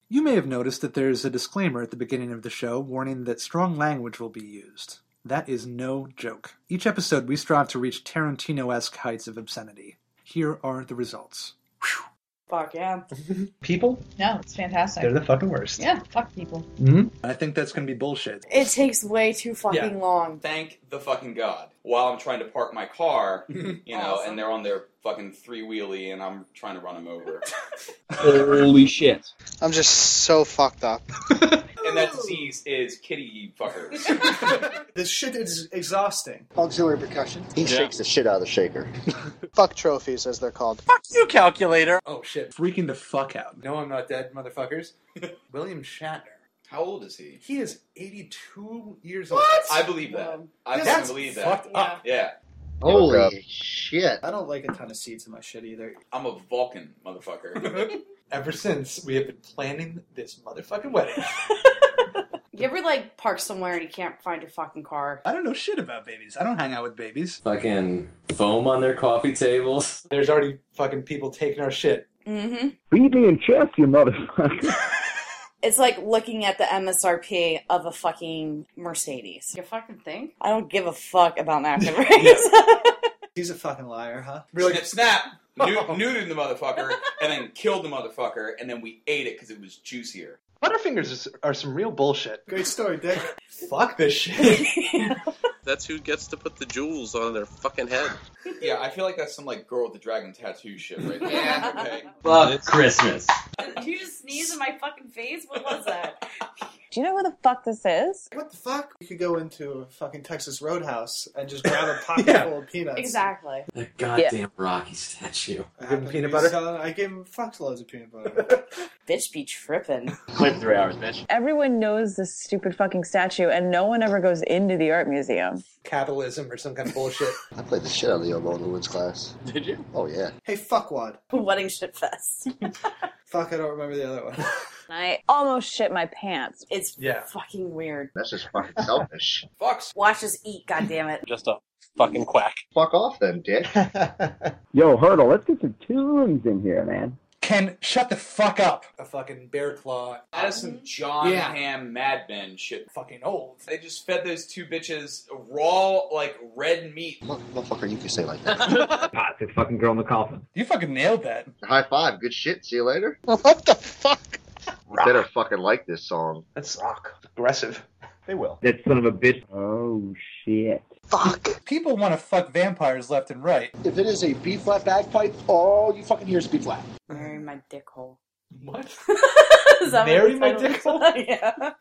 You may have noticed that there's a disclaimer at the beginning of the show warning that strong language will be used. That is no joke. Each episode, we strive to reach Tarantino esque heights of obscenity. Here are the results.
Fuck yeah.
People,
No, it's fantastic.
they're the fucking worst.
Yeah, fuck people.
Mm-hmm.
I think that's gonna be bullshit.
It takes way too fucking long.
Um, Thank the fucking god. While I'm trying to park my car, you know,
Awesome.
and they're on their fucking three wheelie, and I'm trying to run them over.
Holy shit.
I'm just so fucked up.
and that disease is kitty fuckers.
This shit is exhausting.
Auxiliary percussion.
He shakes the shit out of the shaker.
Fuck trophies, as they're called.
Fuck you, calculator.
Oh shit.
Freaking the fuck out.
No, I'm not dead, motherfuckers. William Shatner.
How old is he?
He is 82 years
What?
old.
I believe that. I
Yes.
fucking
That's
believe that.
fucked up.
Yeah.
Holy
shit.
I don't like a ton of seeds in my shit either.
I'm a Vulcan, motherfucker.
Ever since we have been planning this motherfucking wedding.
You ever like park somewhere and you can't find your fucking car?
I don't know shit about babies. I don't hang out with babies.
Fucking foam on their coffee tables.
There's already fucking people taking our shit.
Mm-hmm.
Beat me in chess, you motherfucker.
It's like looking at the MSRP of a fucking Mercedes. You fucking think? I don't give a fuck about napkin rings.
He's a fucking liar, huh?
Really? Snip, snap. Nu- Neutered the motherfucker, and then killed the motherfucker, and then we ate it because it was juicier.
Butterfingers is, are some real bullshit.
Great story, Dick.
Fuck this shit.
That's who gets to put the jewels on their fucking head.
Yeah, I feel like that's some like girl with the dragon tattoo shit right there.
Yeah.
Okay.
Fuck Christmas.
Did you just sneeze in my fucking face? What was that?
Do you know who the fuck this is?
What the fuck? You could go into a fucking Texas Roadhouse and just grab a pocket full of peanuts.
exactly.
That goddamn Rocky statue.
Give him peanut butter. I gave him fuckloads of peanut butter.
Bitch be tripping.
Sleep three hours, bitch.
Everyone knows this stupid fucking statue, and no one ever goes into the art museum.
Capitalism or some kind of bullshit.
I played the shit out of the Alone in the Woods class.
Did you?
Oh, yeah.
hey, fuckwad.
Wedding shit fest.
Fuck, I don't remember the other one.
I almost shit my pants.
It's
Yeah.
fucking weird.
That's just fucking selfish.
Fucks.
Watch us eat, goddammit.
Just a fucking quack.
Fuck off then, dick.
Yo, Hurdle, let's get some tunes in here, man.
Ken, shut the fuck up.
A fucking bear claw.
That is some John
Yeah.
Ham Mad Men shit.
Fucking old.
They just fed those two bitches raw, like red meat.
Motherfucker, you can say like that.
Pot, this fucking girl in the coffin.
You fucking nailed that.
High five. Good shit. See you later.
What the fuck?
Better fucking like this song.
That's rock. Aggressive.
They will.
That son of a bitch. Oh, shit.
People want to fuck vampires left and right.
If it is a B flat bagpipe, all you fucking hear is B flat.
Marry my dick hole.
What?
Is that
Marry
what
my
the title
dick
is? yeah.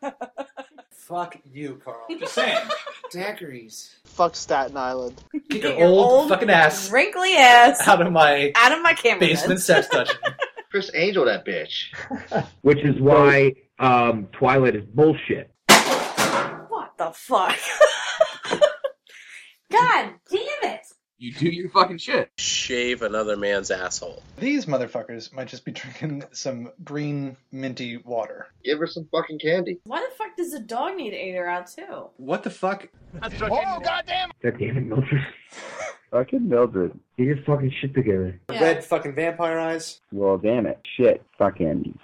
Fuck you, Carl. Just saying.
Daiquiris.
Fuck Staten Island.
Get your old, fucking ass
wrinkly ass
out of my
out of my camera.
basement
lens.
sex dungeon.
Chris Angel, that bitch.
which is why um, Twilight is bullshit.
What the fuck? God damn it!
You do your fucking shit.
Shave another man's asshole.
These motherfuckers might just be drinking some green minty water.
Give her some fucking candy.
Why the fuck does a dog need to eat her out too?
What the fuck?
Oh, goddamn!
God damn it, Mildred. Fucking Mildred. Get your fucking shit together.
Red fucking vampire eyes.
Well, damn it. Shit. Fucking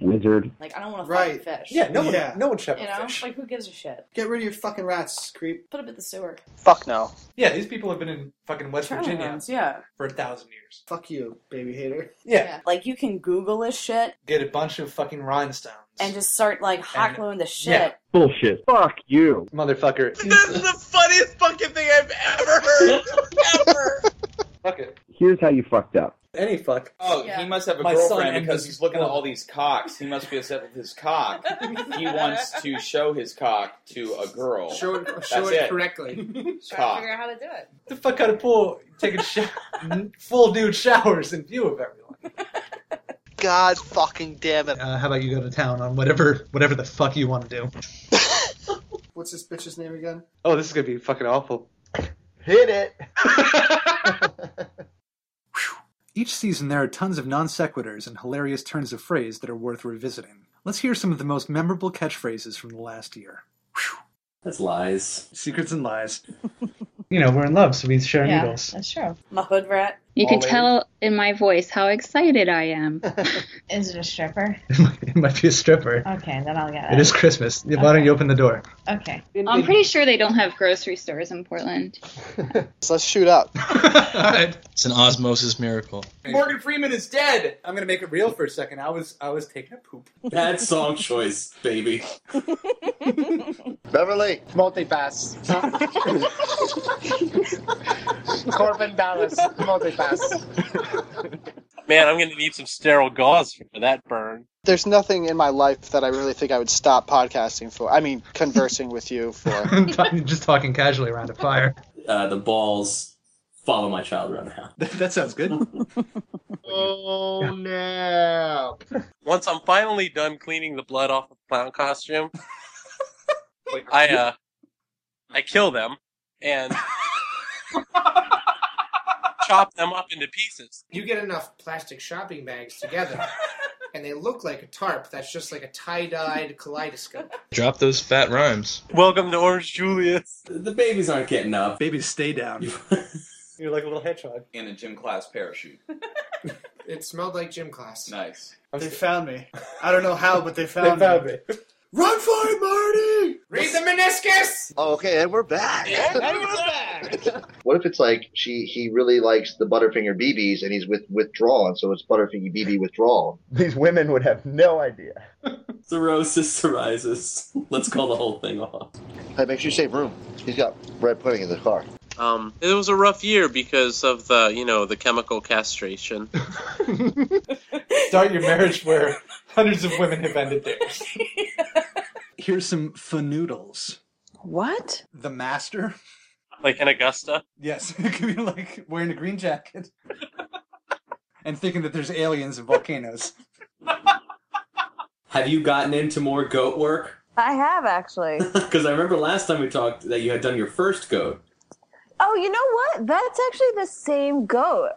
wizard.
Like I don't want
Right.
to fuck fish.
Yeah, no one- Yeah. no one should have
You
a
know, like who gives a shit?
Get rid of your fucking rats, creep.
Put them in the sewer.
Fuck no.
Yeah, these people have been in fucking West
Turnarounds,
Virginia
yeah.
for a thousand years.
Fuck you, baby hater.
Yeah.
Like you can Google this shit
Get a bunch of fucking rhinestones.
and just start like hot gluing the shit.
yeah.
Bullshit. Fuck you.
Motherfucker.
That's
the funniest fucking thing I've ever heard. ever.
Here's how you fucked up.
Any fuck.
Oh, he must have a
My son
girlfriend
and
because
his
he's looking at
woman.
all these cocks. He must be upset with his cock. he wants to show his cock to a girl.
Show it,
That's
show it,
it.
correctly.
Cock.
figure out how to do it.
the fuck out of pool, taking sho- full nude showers in view of everyone.
God fucking damn it.
Uh, how about you go to town on whatever whatever the fuck you want to do?
What's this bitch's name again?
Oh, this is gonna be fucking awful.
Hit it.
Each season, there are tons of non sequiturs and hilarious turns of phrase that are worth revisiting. Let's hear some of the most memorable catchphrases from the last year.
That's lies.
Secrets and lies. you know, we're in love, so we share needles.
that's true. My hood rat.
You can
Always.
tell in my voice how excited I am. Is it a stripper?
It might be a stripper.
Okay, then I'll get
It is Christmas. Why don't you open the door?
Okay. I'm pretty sure they don't have grocery stores in Portland.
So let's shoot up.
It's an osmosis miracle.
Morgan Freeman is dead. I'm gonna make it real for a second. I was I was taking a poop.
Bad song choice, baby.
Beverly.
Multipass. Corbin Dallas. Multipass.
Man, I'm going to need some sterile gauze for that burn.
There's nothing in my life that I really think I would stop podcasting for. I mean, conversing with you for.
Just talking casually around a fire.
Uh, the balls follow my child around the house.
that sounds good.
Oh no!
Once I'm finally done cleaning the blood off of the clown costume, I uh, I kill them and chop them up into pieces.
You get enough plastic shopping bags together, and they look like a tarp that's just like a tie dyed kaleidoscope.
Drop those fat rhymes.
Welcome to Orange Julius.
The babies aren't getting up.
Babies stay down.
You're like a little hedgehog.
In a gym class parachute.
It smelled like gym class.
Nice.
They found me. I don't know how, but they found,
They found
me.
Run for it, Marty! Read the meniscus!
Okay, and we're back.
back!
What if it's like she he really likes the Butterfinger BBs and he's with withdrawn, so it's Butterfinger BB withdrawal.
These women would have no idea.
Cirrhosis, psoriasis. Let's call the whole thing off.
Hey, make sure you save room. He's got red pudding in the car.
Um,
It was a rough year because of the, you know, the chemical castration.
Start your marriage where hundreds of women have ended theirs.
Here's some fanoodles.
What?
The master?
Like in Augusta.
Yes, it could be like wearing a green jacket and thinking that there's aliens and volcanoes.
Have you gotten into more goat work?
I have actually.
Because I remember last time we talked that you had done your first goat.
Oh, you know what? That's actually the same goat.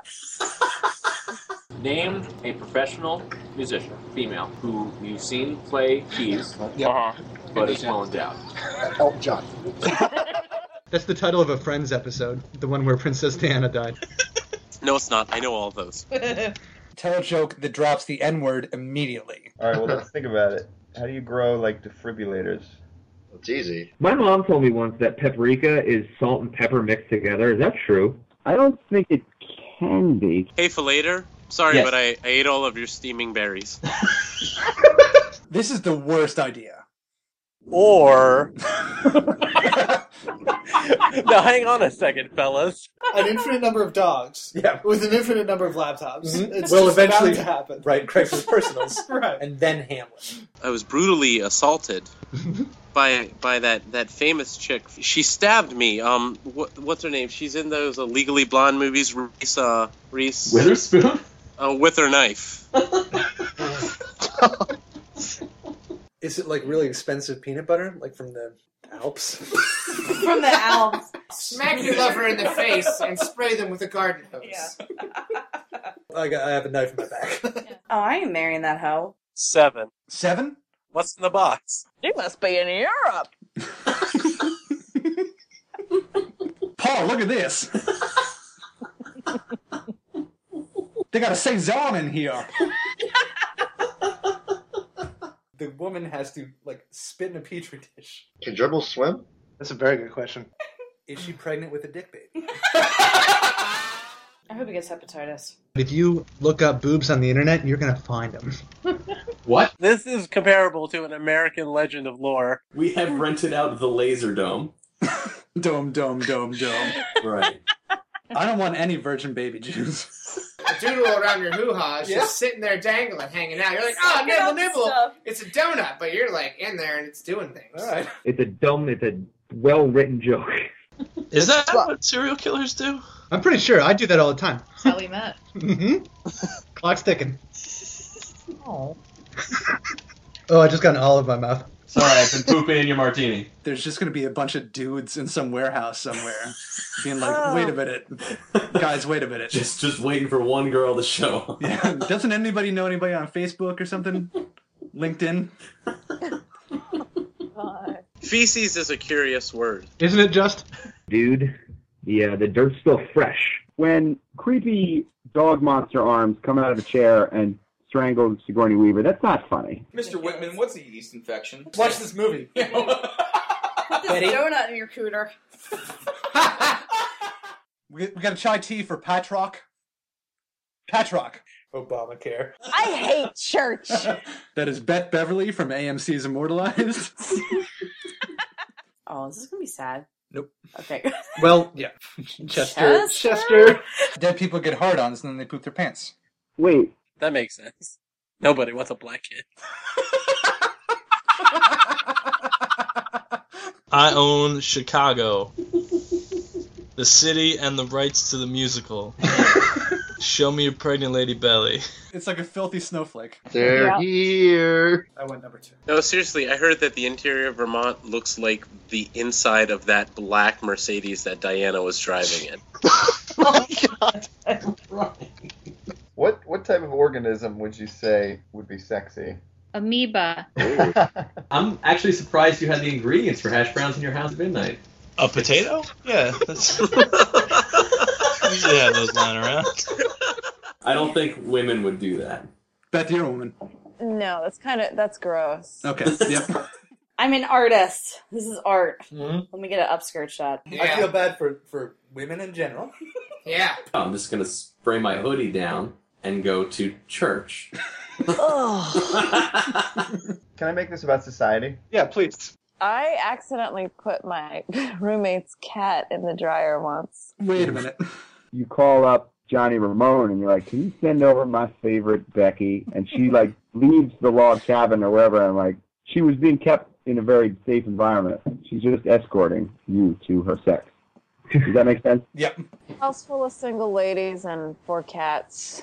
Name a professional musician, female, who you've seen play keys, but is well endowed.
Elton John.
That's the title of a Friends episode, the one where Princess Diana died.
No, it's not. I know all those.
Tell a joke that drops the N word immediately.
All right, well, let's think about it. How do you grow like defibrillators?
It's easy.
My mom told me once that paprika is salt and pepper mixed together. Is that true? I don't think it can be.
Hey, for later. Sorry,
Yes.
but I, I ate all of your steaming berries.
This is the worst idea.
Or
now, hang on a second, fellas.
an infinite number of dogs
yeah.
with an infinite number of laptops.
Mhm.
It's
will
just
eventually
bound to happen.
Right, Craigslist personals,
right.
and then Hamlet.
I was brutally assaulted by by that, that famous chick. She stabbed me. Um, what, what's her name? She's in those uh, Legally Blonde movies. Reese uh, Reese
Witherspoon?
uh, with her knife.
Is it like really expensive peanut butter, like from the Alps?
From the Alps.
Smack your lover in the face and spray them with a garden hose.
I, got, I have a knife in my back.
Oh, I ain't marrying that hoe.
Seven.
Seven?
What's in the box?
You must be in Europe.
Paul, look at this. they got a Cezanne in here.
The woman has to like spit in a petri dish.
Can gerbils swim?
That's a very good question.
Is she pregnant with a dick baby?
I hope he gets hepatitis.
If you look up boobs on the internet, you're going to find them.
What? This is comparable to an American legend of lore.
We have rented out the laser dome.
Dome, dome, dome, dome.
Right.
I don't want any virgin baby juice.
A doodle around your hoo ha is
Yeah.
just sitting there dangling, hanging out. You're like, oh,
Sucking
nibble,
up
nibble.
stuff.
It's a donut, but you're like in there and it's doing things. All right.
It's a dumb, it's a well written joke.
Is that what serial killers do?
I'm pretty sure I do that all the time.
That's how we met.
Mm-hmm. Clock's ticking.
Oh.
Oh, I just got an olive in my mouth.
Sorry, I've been pooping in your martini. There's just going to be a bunch of dudes in some warehouse somewhere being like,
Oh.
wait a minute. Guys, wait a minute.
Just just waiting for one girl to show up.
Yeah. Doesn't anybody know anybody on Facebook or something? LinkedIn?
Feces is a curious word.
Isn't it just? Dude, yeah, the dirt's still fresh.
When creepy dog monster arms come out of a chair and strangle Sigourney Weaver, that's not funny.
Mr. Whitman, what's a yeast infection?
Watch this movie.
Put this
Betty?
donut in your cooter.
We, we got a chai tea for Patrock. Patrock.
Obamacare.
I hate church. that is Bette Beverly from AMC's Immortalized.
Oh, is this gonna be sad?
Nope.
Okay.
Well, yeah.
Chester-
Chester. Dead people get hard ons and then they poop their pants.
Wait.
That makes sense. Nobody wants a black kid.
I own Chicago, the city, and the rights to the musical. Show me your pregnant lady belly.
It's like a filthy snowflake.
They're Yeah.
here. I went number two.
No, seriously, I heard that the interior of Vermont looks like the inside of that black Mercedes that Diana was driving in.
What what type of organism would you say would be sexy?
Amoeba.
I'm actually surprised you had the ingredients for hash browns in your house at midnight.
A potato? Yeah, that's. usually have those lying around.
I don't think women would do that.
Beth, you're a woman.
No, Oh, that's kind of that's gross.
Okay. Yep.
I'm an artist. This is art.
Oh,
Let me get an upskirt shot.
I feel bad for, for women in general.
Yeah.
I'm just gonna spray my hoodie down and go to church.
Can I make this about society?
Yeah, please.
I accidentally put my roommate's cat in the dryer once.
Wait a minute.
You call up Johnny Ramone and you're like, Can you send over my favorite Becky? And she like leaves the log cabin or wherever and like she was being kept in a very safe environment. She's just escorting you to her sex. Does that make sense?
Yep.
House full of single ladies and four cats.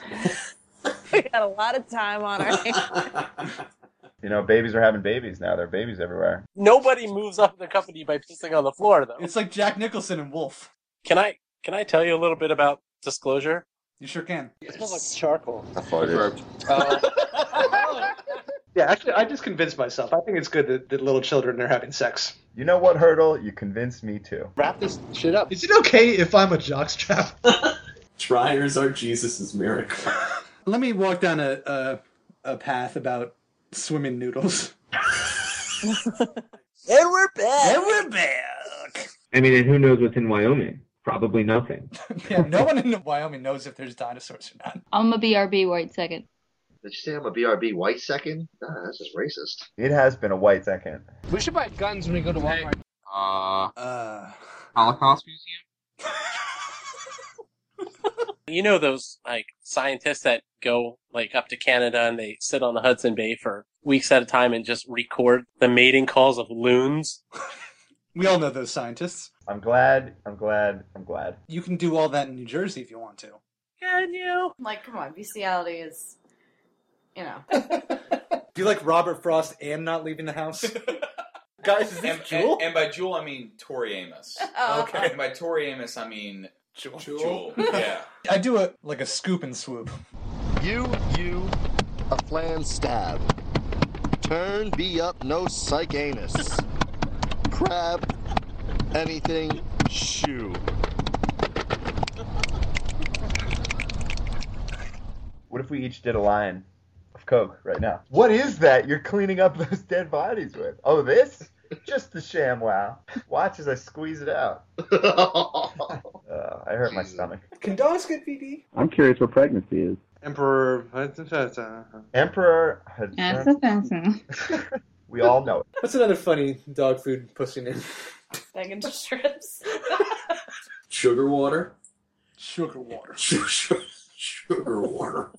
we got a lot of time on our hands.
You know, babies are having babies now. There are babies everywhere.
Nobody moves up the company by pissing on the floor, though.
It's like Jack Nicholson and Wolf.
Can I can I tell you a little bit about disclosure?
You sure can.
It smells like charcoal.
Yeah, actually, I just convinced myself. I think it's good that, that little children are having sex.
You know what hurdle? You convinced me to.
Wrap this shit up.
Is it okay if I'm a jockstrap?
Dryers are Jesus' miracle.
Let me walk down a, a, a path about swimming noodles.
And we're back.
And we're back.
I mean, and who knows what's in Wyoming? Probably nothing.
Yeah, no one in Wyoming knows if there's dinosaurs or not.
I'm a BRB wait second.
Did you say I'm a BRB white second? Nah, that's just racist.
It has been a white second.
We should buy guns when we go to Walmart.
Uh,
uh
Holocaust Museum. you know those like scientists that go like up to Canada and they sit on the Hudson Bay for weeks at a time and just record the mating calls of loons.
We all know those scientists.
I'm glad. I'm glad. I'm glad.
You can do all that in New Jersey if you want to.
Can you? Like, come on, bestiality is, you know.
Do you like Robert Frost and not leaving the house? Guys, is this
and,
Jewel?
and- and by Jewel, I mean Tori Amos.
Oh.
Okay.
And by Tori Amos, I mean
Jewel.
Jewel. Yeah.
I do a like a scoop and swoop.
You, you, a flan stab. Turn, be up, no psych anus. Crab, anything, shoe.
What if we each did a line of coke right now? What is that you're cleaning up those dead bodies with? Oh, this? Just the sham wow. Watch as I squeeze it out. Uh, I hurt my stomach.
Can dogs get VD?
I'm curious what pregnancy is.
Emperor.
Emperor.
Assassin.
We all know it.
What's another funny dog food pussy name?
Banging strips.
Sugar water.
Sugar water.
Sugar water.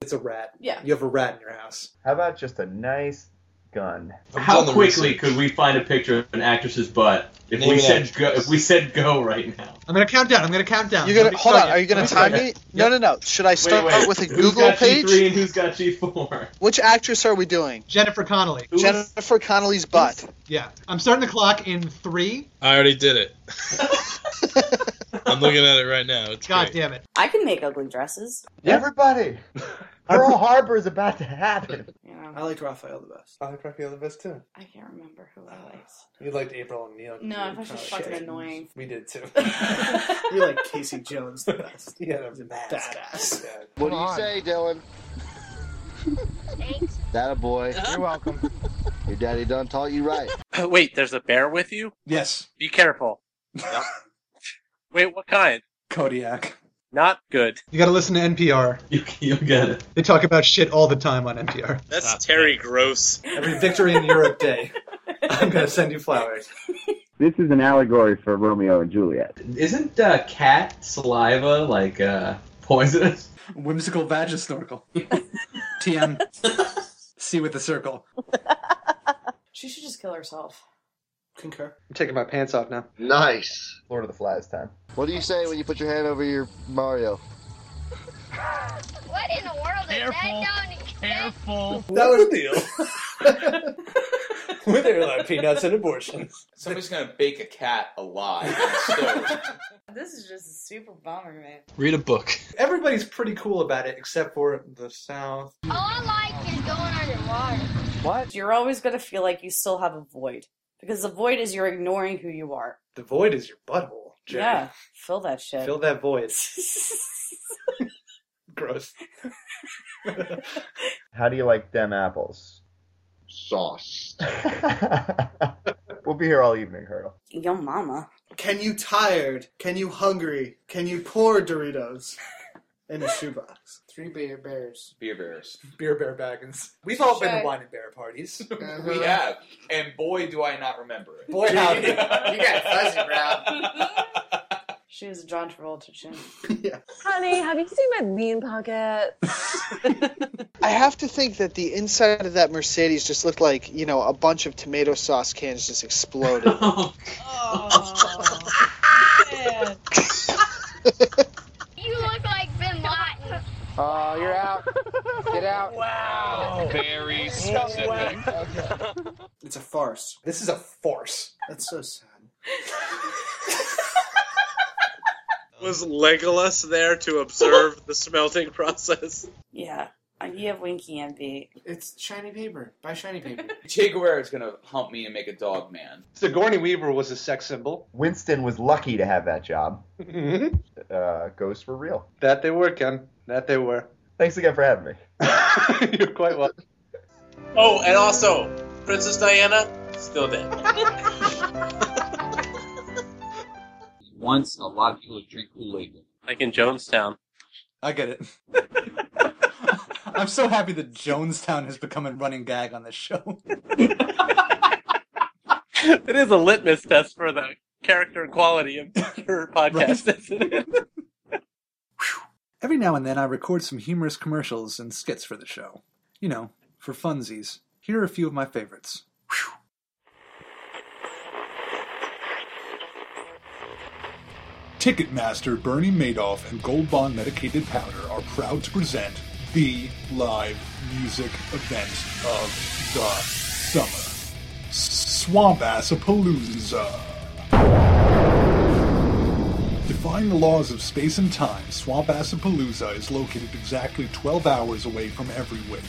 It's a rat.
Yeah.
You have a rat in your house.
How about just a nice gun?
How quickly could we find a picture of an actress's butt if
Name
we
an
said go, if we said go right now?
I'm gonna count down. I'm gonna count down.
You're gonna
Let me
hold
start
on.
it.
Are you gonna
Let start
time me?
it.
No, no, no. Should I start
wait.
out with a
Who's
Google
got
page?
G3 and who's got G4?
Which actress are we doing?
Jennifer Connelly.
Jennifer Connelly's butt.
Yeah, I'm starting the clock in three.
I already did it. I'm looking at it right now. It's
God
great.
damn it!
I can make ugly dresses.
Everybody, Pearl Harbor is about to happen.
I liked Raphael the best.
I like Raphael the best too.
I can't remember who I liked.
You liked April O'Neil.
No, I thought she was fucking annoying.
We did too.
you like Casey Jones the best.
Yeah,
He's a badass.
What do you say, Dylan? That a boy. You're welcome. Your daddy done taught you right.
Wait, there's a bear with you?
Yes.
Be careful. Wait, what kind?
Kodiak.
Not good.
You gotta listen to NPR.
You, you get it.
They talk about shit all the time on NPR.
That's Terry Gross.
Every victory in Europe day, I'm gonna send you flowers.
This is an allegory for Romeo and Juliet.
Isn't uh, cat saliva like uh, poisonous?
Whimsical vagin snorkel. TM. See with the circle.
She should just kill herself.
Concur.
I'm taking my pants off now.
Nice.
Lord of the Flies time.
What do you say when you put your hand over your Mario?
What in the world is that down Careful.
That was the
deal. With airline peanuts and abortion.
Somebody's gonna bake a cat alive. in a stove.
This is just a super bummer, man.
Read a book.
Everybody's pretty cool about it except for the South.
All I like is going underwater.
What? You're always going to feel like you still have a void. Because the void is you're ignoring who you are.
The void is your butthole. Jerry.
Yeah. Fill that shit.
Fill that void. Gross.
How do you like them apples?
Sauce.
we'll be here all evening, Hurdle.
Yo mama.
Can you tired? Can you hungry? Can you pour Doritos in a shoebox?
Three beer bears.
Beer bears.
Beer bear baggins. We've all been
Sure.
to wine and bear parties.
We have, and boy, do I not remember it.
Boy, howdy. You
got fuzzy,
bro.
She was a John Travolta chin.
Honey, have you seen my bean pocket?
I have to think that the inside of that Mercedes just looked like, you know, a bunch of tomato sauce cans just exploded.
Oh,
You look like Bin Laden.
Oh, you're out.
Get out. Wow.
Very
It's a farce.
This is a farce.
That's so sad.
Was Legolas there to observe the smelting process?
Yeah. Uh, You have Winky and B.
It's shiny paper. Buy shiny paper.
Che Guevara is gonna hump me and make a dog man.
Sigourney Weaver was a sex symbol.
Winston was lucky to have that job.
Mhm.
Uh, ghosts were real.
That they were, Ken. That they were.
Thanks again for having me.
You're quite welcome.
Oh, and also, Princess Diana, still dead.
Once a lot of people would drink Kool-Aid.
Like in Jonestown.
I get it. I'm so happy that Jonestown has become a running gag on this show.
it is a litmus test for the character quality of her podcast, isn't it?
Every now and then I record some humorous commercials and skits for the show. You know, for funsies. Here are a few of my favorites.
Ticketmaster, Bernie Madoff, and Gold Bond Medicated Powder are proud to present the live music event of the summer. Swampassapalooza. Defying the laws of space and time, Swampassapalooza is located exactly 12 hours away from everywhere.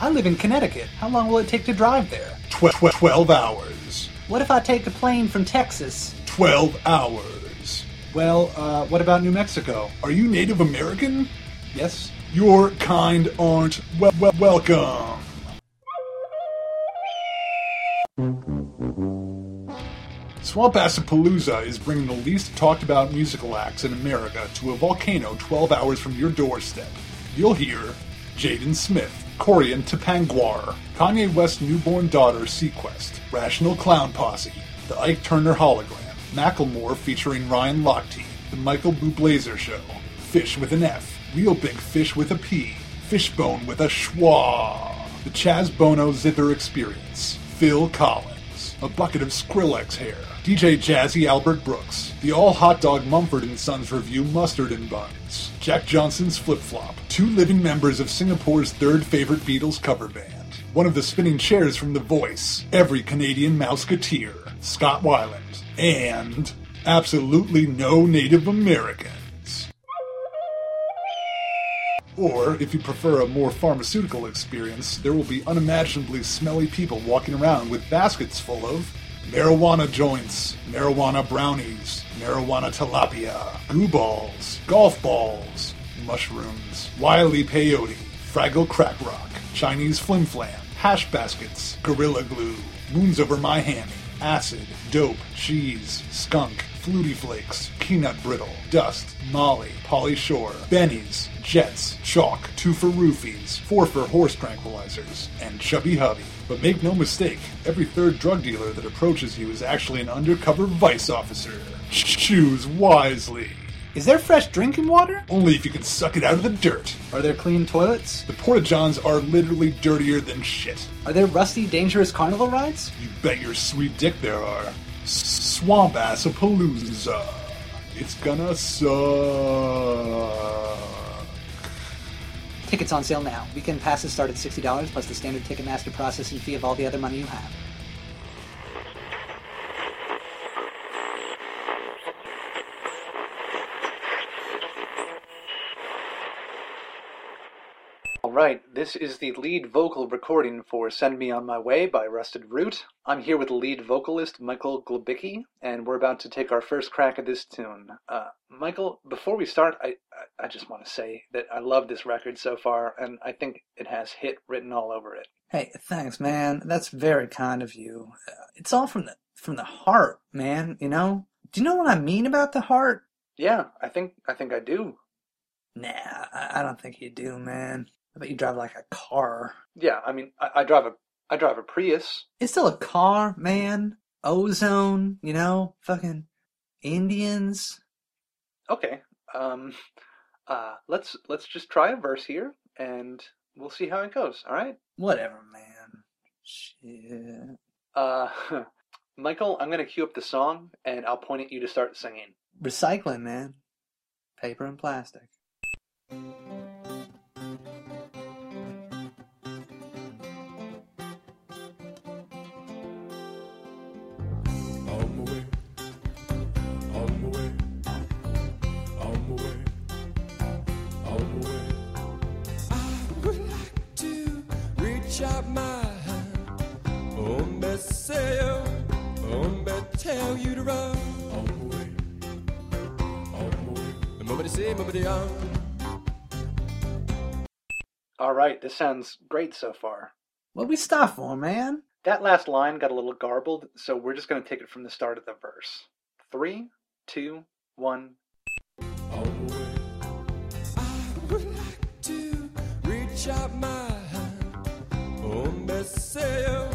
I live in Connecticut. How long will it take to drive there?
Twe- twe- 12 hours.
What if I take a plane from Texas?
12 hours.
Well, uh, what about New Mexico?
Are you Native American?
Yes?
Your kind aren't wel- wel- welcome. Swamp Palooza is bringing the least talked about musical acts in America to a volcano 12 hours from your doorstep. You'll hear Jaden Smith, Corian Tepangwar, Kanye West's newborn daughter Sequest, Rational Clown Posse, the Ike Turner hologram, Macklemore featuring Ryan Lochte, the Michael Bublazer show, Fish with an F, Real Big Fish with a P, Fishbone with a Schwa, the Chaz Bono Zither Experience, Phil Collins, a bucket of Skrillex hair, DJ Jazzy Albert Brooks, the all hot dog Mumford and Sons review Mustard and Buns, Jack Johnson's Flip Flop, two living members of Singapore's third favorite Beatles cover band, one of the spinning chairs from The Voice, every Canadian Mouseketeer, Scott Weiland, and absolutely no Native American. Or, if you prefer a more pharmaceutical experience, there will be unimaginably smelly people walking around with baskets full of marijuana joints, marijuana brownies, marijuana tilapia, goo balls, golf balls, mushrooms, wily peyote, fraggle crack rock, Chinese flim flam, hash baskets, gorilla glue, moons over my hammy, acid, dope, cheese, skunk, Flutie Flakes, Peanut Brittle, Dust, Molly, Polly Shore, Benny's, Jets, Chalk, two for roofies, four for horse tranquilizers, and Chubby Hubby. But make no mistake, every third drug dealer that approaches you is actually an undercover vice officer. Choose wisely.
Is there fresh drinking water?
Only if you can suck it out of the dirt.
Are there clean toilets?
The Porta Johns are literally dirtier than shit.
Are there rusty, dangerous carnival rides?
You bet your sweet dick there are. Swamp Assapalooza. It's gonna suck.
Tickets on sale now. Weekend passes start at $60 plus the standard Ticketmaster processing fee of all the other money you have. All right, this is the lead vocal recording for Send Me On My Way by Rusted Root. I'm here with lead vocalist Michael Glubicki, and we're about to take our first crack at this tune. Uh, Michael, before we start, I, I, I just want to say that I love this record so far, and I think it has hit written all over it. Hey, thanks, man. That's very kind of you. Uh, It's all from the from the heart, man. You know. Do you know what I mean about the heart? Yeah, I think I think I do. Nah, I, I don't think you do, man. I bet you drive like a car. Yeah, I mean, I, I drive a I drive a Prius. It's still a car, man. Ozone, you know, fucking Indians. Okay. Um. Uh. Let's let's just try a verse here, and we'll see how it goes. All right. Whatever, man. Shit. Uh, Michael, I'm gonna cue up the song, and I'll point at you to start singing. Recycling, man. Paper and plastic.
On my way, on my way, on my way, on my way. I would like to reach out my hand, only sail, only tell you to run. On my way, on my way. Nobody say, nobody on.
All right, this sounds great so far. What we stop for, man? That last line got a little garbled, so we're just going to take it from the start of the verse. Three, two, one.
to reach out my hand. Only sail,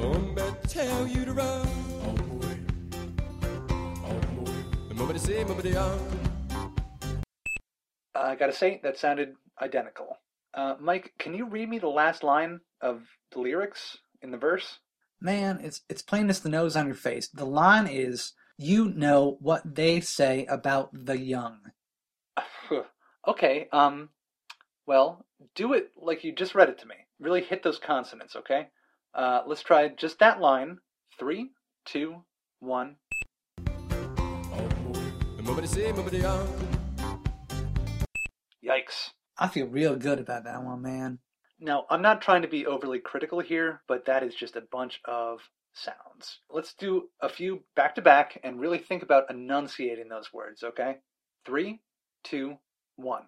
only tell you to run.
Uh, I gotta say, that sounded identical. Uh, Mike, can you read me the last line of the lyrics in the verse? Man, it's it's plain as the nose on your face. The line is, "You know what they say about the young." okay. Um. Well, do it like you just read it to me. Really hit those consonants, okay? Uh, let's try just that line. Three, two, one. Yikes. I feel real good about that one, man. Now, I'm not trying to be overly critical here, but that is just a bunch of sounds. Let's do a few back to back and really think about enunciating those words, okay? Three, two, one.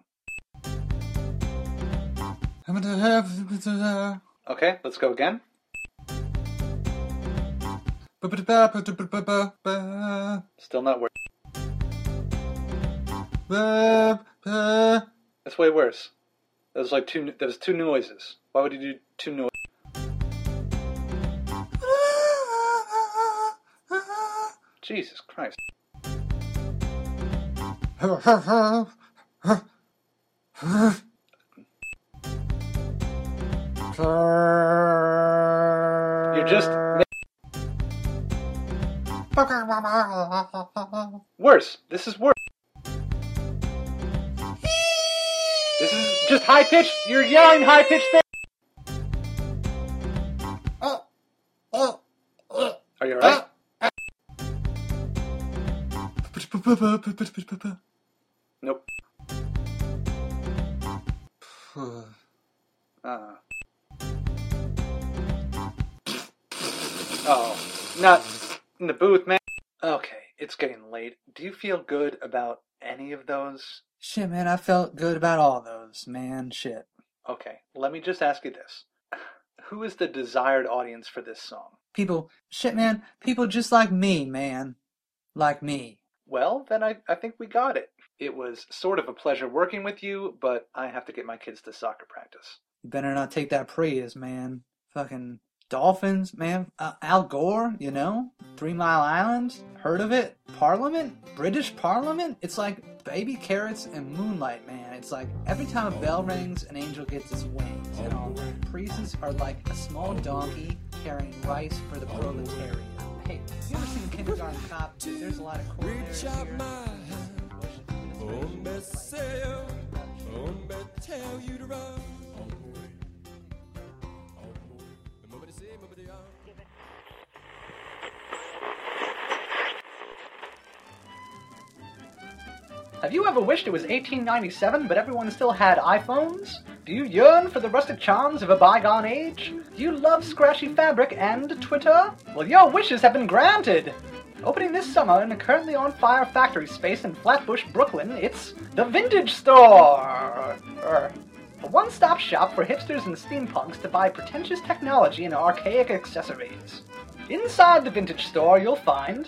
Okay, let's go again. Still not working. That's way worse. That was like two. That was two noises. Why would you do two noises? Jesus Christ. You're just worse. This is worse. This is just high pitched. You're yelling high pitched things. Are you alright? Nope. Uh. Oh, not in the booth, man. Okay, it's getting late. Do you feel good about any of those? Shit, man, I felt good about all those, man. Shit. Okay, let me just ask you this. Who is the desired audience for this song? People, shit, man, people just like me, man. Like me. Well, then I, I think we got it. It was sort of a pleasure working with you, but I have to get my kids to soccer practice. You better not take that Prius, man. Fucking dolphins, man. Uh, Al Gore, you know? Three Mile Island? Heard of it? Parliament? British Parliament? It's like baby carrots and moonlight, man. It's like every time a bell rings, an angel gets its wings and all that. Priuses are like a small donkey carrying rice for the proletariat. Hey, you ever seen Kindergarten Cop? There's a lot of cool lyrics here. Have you ever wished it was 1897 but everyone still had iPhones? Do you yearn for the rustic charms of a bygone age? Do you love scratchy fabric and Twitter? Well, your wishes have been granted! Opening this summer in a currently on fire factory space in Flatbush, Brooklyn, it's The Vintage Store! Er, A one stop shop for hipsters and steampunks to buy pretentious technology and archaic accessories. Inside the vintage store, you'll find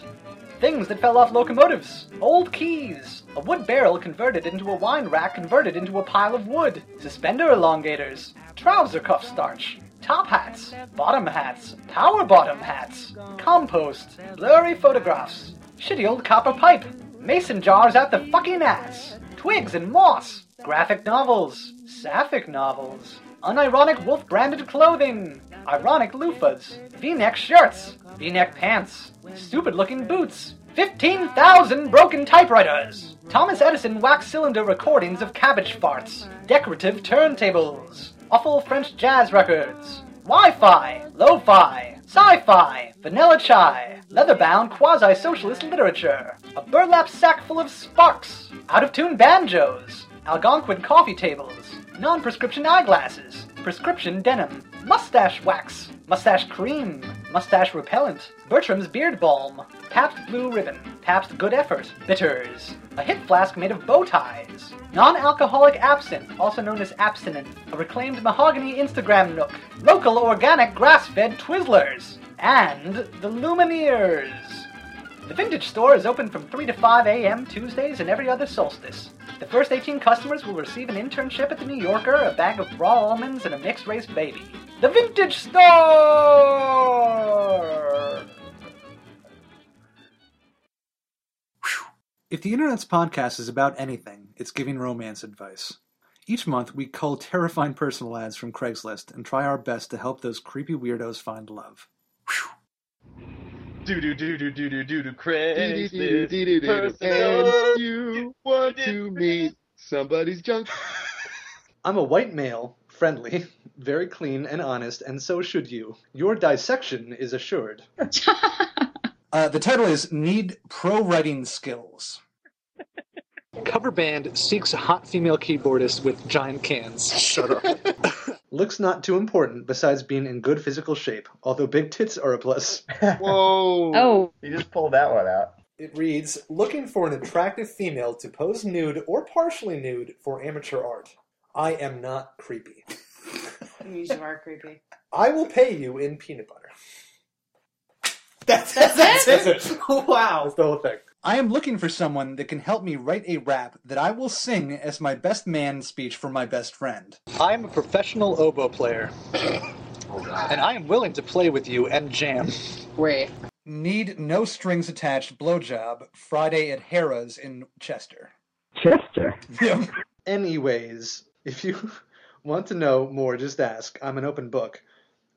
things that fell off locomotives, old keys, a wood barrel converted into a wine rack converted into a pile of wood, suspender elongators, trouser cuff starch, top hats, bottom hats, power bottom hats, compost, blurry photographs, shitty old copper pipe, mason jars out the fucking ass, twigs and moss, graphic novels, sapphic novels, unironic wolf branded clothing, ironic loofahs, v neck shirts, v neck pants, stupid looking boots, 15,000 broken typewriters, Thomas Edison wax cylinder recordings of cabbage farts, decorative turntables, awful French jazz records, Wi Fi, lo fi, sci fi, vanilla chai, leather bound quasi socialist literature, a burlap sack full of sparks, out of tune banjos, Algonquin coffee tables, non prescription eyeglasses, prescription denim, mustache wax, mustache cream, mustache repellent, Bertram's beard balm, Pabst Blue Ribbon, Pabst Good Effort, bitters, a hip flask made of bow ties, non alcoholic absinthe, also known as abstinent, a reclaimed mahogany Instagram nook, local organic grass fed Twizzlers, and the Lumineers. The vintage store is open from 3 to 5 a.m. Tuesdays and every other solstice. The first 18 customers will receive an internship at the New Yorker, a bag of raw almonds, and a mixed race baby. The vintage store!
If the internet's podcast is about anything, it's giving romance advice. Each month, we cull terrifying personal ads from Craigslist and try our best to help those creepy weirdos find love.
Do do do do do do do do
Do-do-do-do-do-do-do.
Craigslist person.
And you want to meet somebody's junk.
I'm a white male, friendly, very clean and honest, and so should you. Your dissection is assured. uh, the title is Need Pro Writing Skills.
Cover band seeks hot female keyboardist with giant cans. Shut up.
Looks not too important besides being in good physical shape, although big tits are a plus.
Whoa.
Oh.
You just pulled that one out.
It reads Looking for an attractive female to pose nude or partially nude for amateur art. I am not creepy.
You are creepy.
I will pay you in peanut butter.
That's, that's,
wow. That's the whole thing. I am looking for someone that can help me write a rap that I will sing as my best man speech for my best friend.
I am a professional oboe player. and I am willing to play with you and jam.
Wait. Need no strings attached blowjob Friday at Harrah's in Chester.
Chester.
Anyways, if you want to know more, just ask. I'm an open book.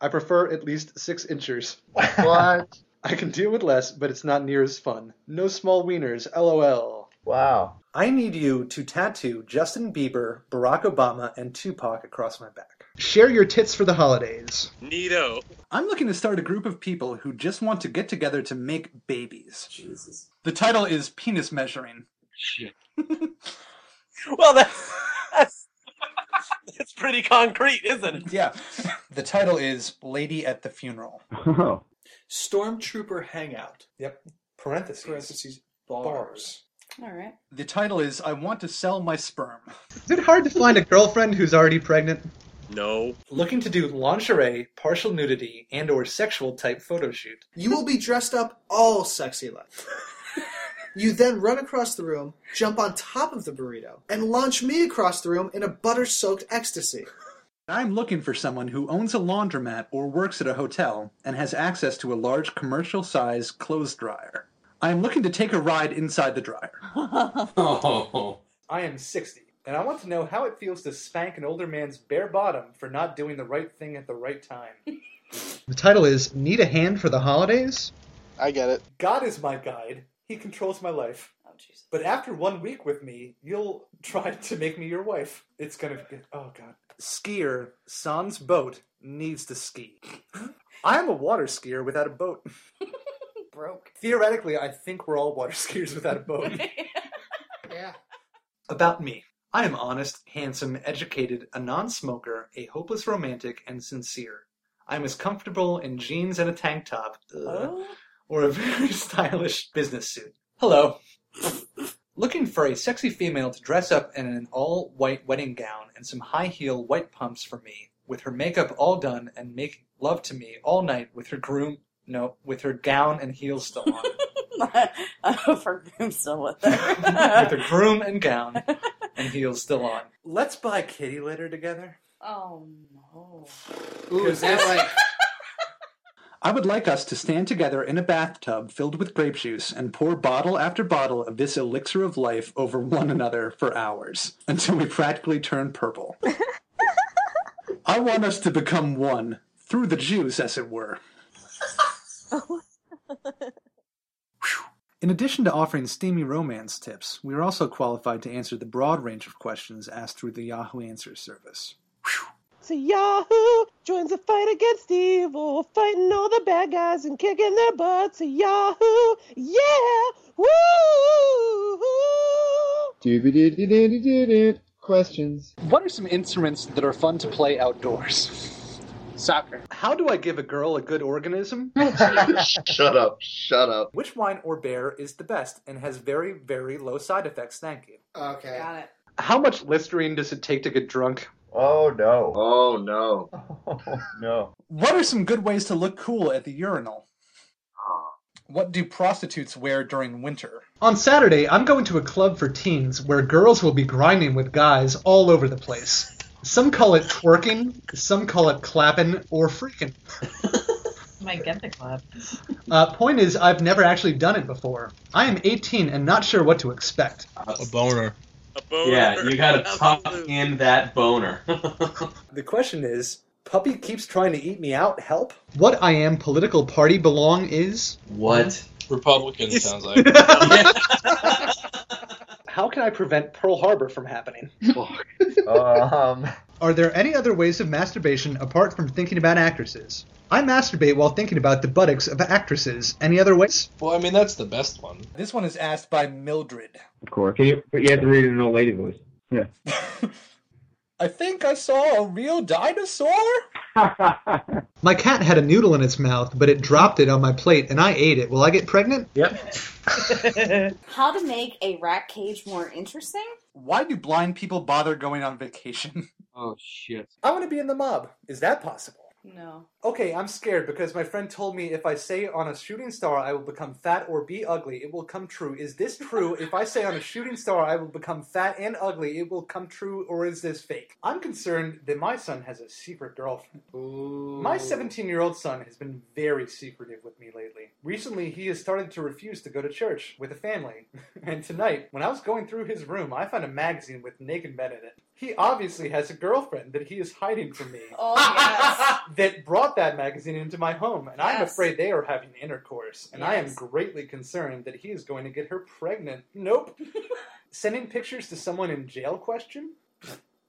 I prefer at least six inchers.
What?
I can deal with less, but it's not near as fun. No small wieners, lol.
Wow.
I need you to tattoo Justin Bieber, Barack Obama, and Tupac across my back. Share your tits for the holidays.
Neato.
I'm looking to start a group of people who just want to get together to make babies. Jesus. The title is Penis Measuring. Shit.
Well, that's, that's it's pretty concrete, isn't it?
Yeah. The title is Lady at the Funeral.
Oh.
Stormtrooper Hangout. Yep. Parentheses. Parentheses. Bars.
All right.
The title is I Want to Sell My Sperm. Is it hard to find a girlfriend who's already pregnant?
No.
Looking to do lingerie, partial nudity, and or sexual type photo shoot.
You will be dressed up all sexy like. You then run across the room, jump on top of the burrito, and launch me across the room in a butter soaked ecstasy.
I'm looking for someone who owns a laundromat or works at a hotel and has access to a large commercial size clothes dryer. I'm looking to take a ride inside the dryer.
Oh.
I am 60, and I want to know how it feels to spank an older man's bare bottom for not doing the right thing at the right time. The title is Need a Hand for the Holidays?
I get it.
God is my guide. He controls my life. Oh, Jesus. But after one week with me, you'll try to make me your wife. It's gonna be. Oh, God. Skier, sans boat, needs to ski. I am a water skier without a boat.
Broke.
Theoretically, I think we're all water skiers without a boat.
Yeah.
About me. I am honest, handsome, educated, a non smoker, a hopeless romantic, and sincere. I'm as comfortable in jeans and a tank top, ugh, or a very stylish business suit. Hello. Looking for a sexy female to dress up in an all white wedding gown and some high heel white pumps for me, with her makeup all done and make love to me all night with her groom, no, with her gown and heels still on.
I hope her groom's still with her.
with her groom and gown and heels still on. Let's buy kitty litter together.
Oh no.
Ooh,
is that like-
I would like us to stand together in a bathtub filled with grape juice and pour bottle after bottle of this elixir of life over one another for hours until we practically turn purple. I want us to become one through the juice, as it were. In addition to offering steamy romance tips, we are also qualified to answer the broad range of questions asked through the Yahoo Answers service.
So Yahoo joins the fight against evil, fighting all the bad guys and kicking their butts. So Yahoo, yeah, woo!
Do-do-do-do-do-do-do. Questions.
What are some instruments that are fun to play outdoors? Soccer.
How do I give a girl a good organism?
Shut up. Shut up.
Which wine or beer is the best and has very, very low side effects? Thank you.
Okay.
Got it.
How much Listerine does it take to get drunk?
Oh no.
Oh no.
no.
What are some good ways to look cool at the urinal? What do prostitutes wear during winter? On Saturday, I'm going to a club for teens where girls will be grinding with guys all over the place. Some call it twerking, some call it clapping, or freaking.
might get the club.
Uh, point is, I've never actually done it before. I am 18 and not sure what to expect.
A boner.
A
boner.
Yeah, you gotta tuck in that boner.
The question is, puppy keeps trying to eat me out. Help! What I am political party belong is
what
Republican
sounds like.
How can I prevent Pearl Harbor from happening?
um,
Are there any other ways of masturbation apart from thinking about actresses? I masturbate while thinking about the buttocks of actresses. Any other ways?
Well, I mean that's the best one.
This one is asked by Mildred.
Of course. Can you, but you have to read it in an old lady voice. Yeah.
I think I saw a real dinosaur. My cat had a noodle in its mouth, but it dropped it on my plate and I ate it. Will I get pregnant? Yep.
How to make a rat cage more interesting?
Why do blind people bother going on vacation?
Oh shit.
I want to be in the mob. Is that possible?
No.
Okay, I'm scared because my friend told me if I say on a shooting star I will become fat or be ugly, it will come true. Is this true? if I say on a shooting star I will become fat and ugly, it will come true, or is this fake? I'm concerned that my son has a secret girlfriend. My 17 year old son has been very secretive with me lately. Recently, he has started to refuse to go to church with a family. and tonight, when I was going through his room, I found a magazine with naked men in it. He obviously has a girlfriend that he is hiding from me.
Oh, yes.
that brought that magazine into my home, and I'm
Yes.
afraid they are having intercourse, and I am
Yes.
greatly concerned that he is going to get her pregnant. Nope. Sending pictures to someone in jail? Question.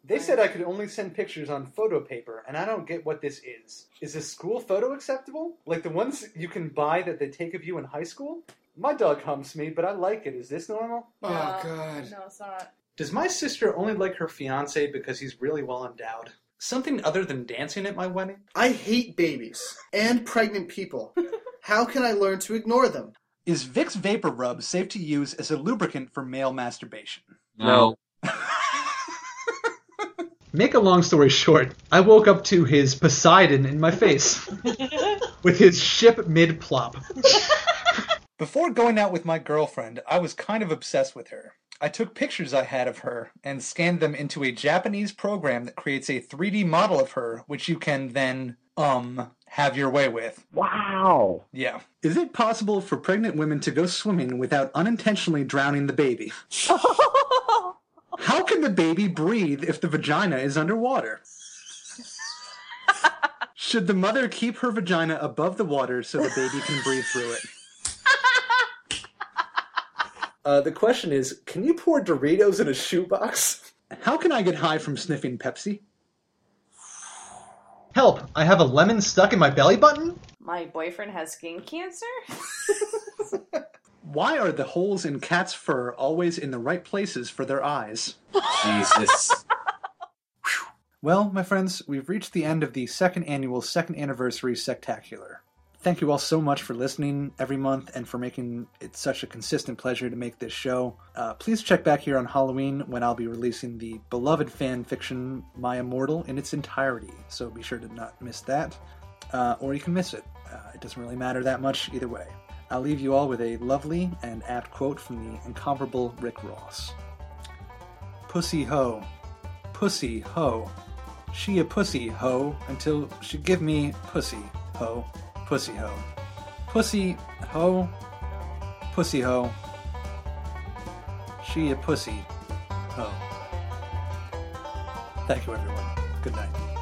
They said I could only send pictures on photo paper, and I don't get what this is. Is a school photo acceptable? Like the ones you can buy that they take of you in high school? My dog humps me, but I like it. Is this normal?
No. Uh, No, it's not.
Does my sister only like her fiance because he's really well endowed? Something other than dancing at my wedding?
I hate babies and pregnant people. How can I learn to ignore them?
Is Vicks Vapor Rub safe to use as a lubricant for male masturbation?
No. Make a long story short, I woke up to his Poseidon in my face with his ship mid plop.
Before going out with my girlfriend, I was kind of obsessed with her. I took pictures I had of her and scanned them into a Japanese program that creates a 3D model of her, which you can then, um, have your way with.
Wow.
Yeah.
Is it possible for pregnant women to go swimming without unintentionally drowning the baby? How can the baby breathe if the vagina is underwater? Should the mother keep her vagina above the water so the baby can breathe through it? Uh, the question is can you pour Doritos in a shoebox? How can I get high from sniffing Pepsi? Help, I have a lemon stuck in my belly button?
My boyfriend has skin cancer?
Why are the holes in cat's fur always in the right places for their eyes?
Jesus. well, my friends, we've reached the end of the second annual second anniversary sectacular. Thank you all so much for listening every month and for making it such a consistent pleasure to make this show. Uh, please check back here on Halloween when I'll be releasing the beloved fan fiction My Immortal in its entirety, so be sure to not miss that. Uh, or you can miss it. Uh, it doesn't really matter that much either way. I'll leave you all with a lovely and apt quote from the incomparable Rick Ross. Pussy ho, pussy ho. She a pussy ho until she give me pussy ho, pussy ho. Pussy ho, pussy ho. She a pussy ho. Thank you, everyone. Good night.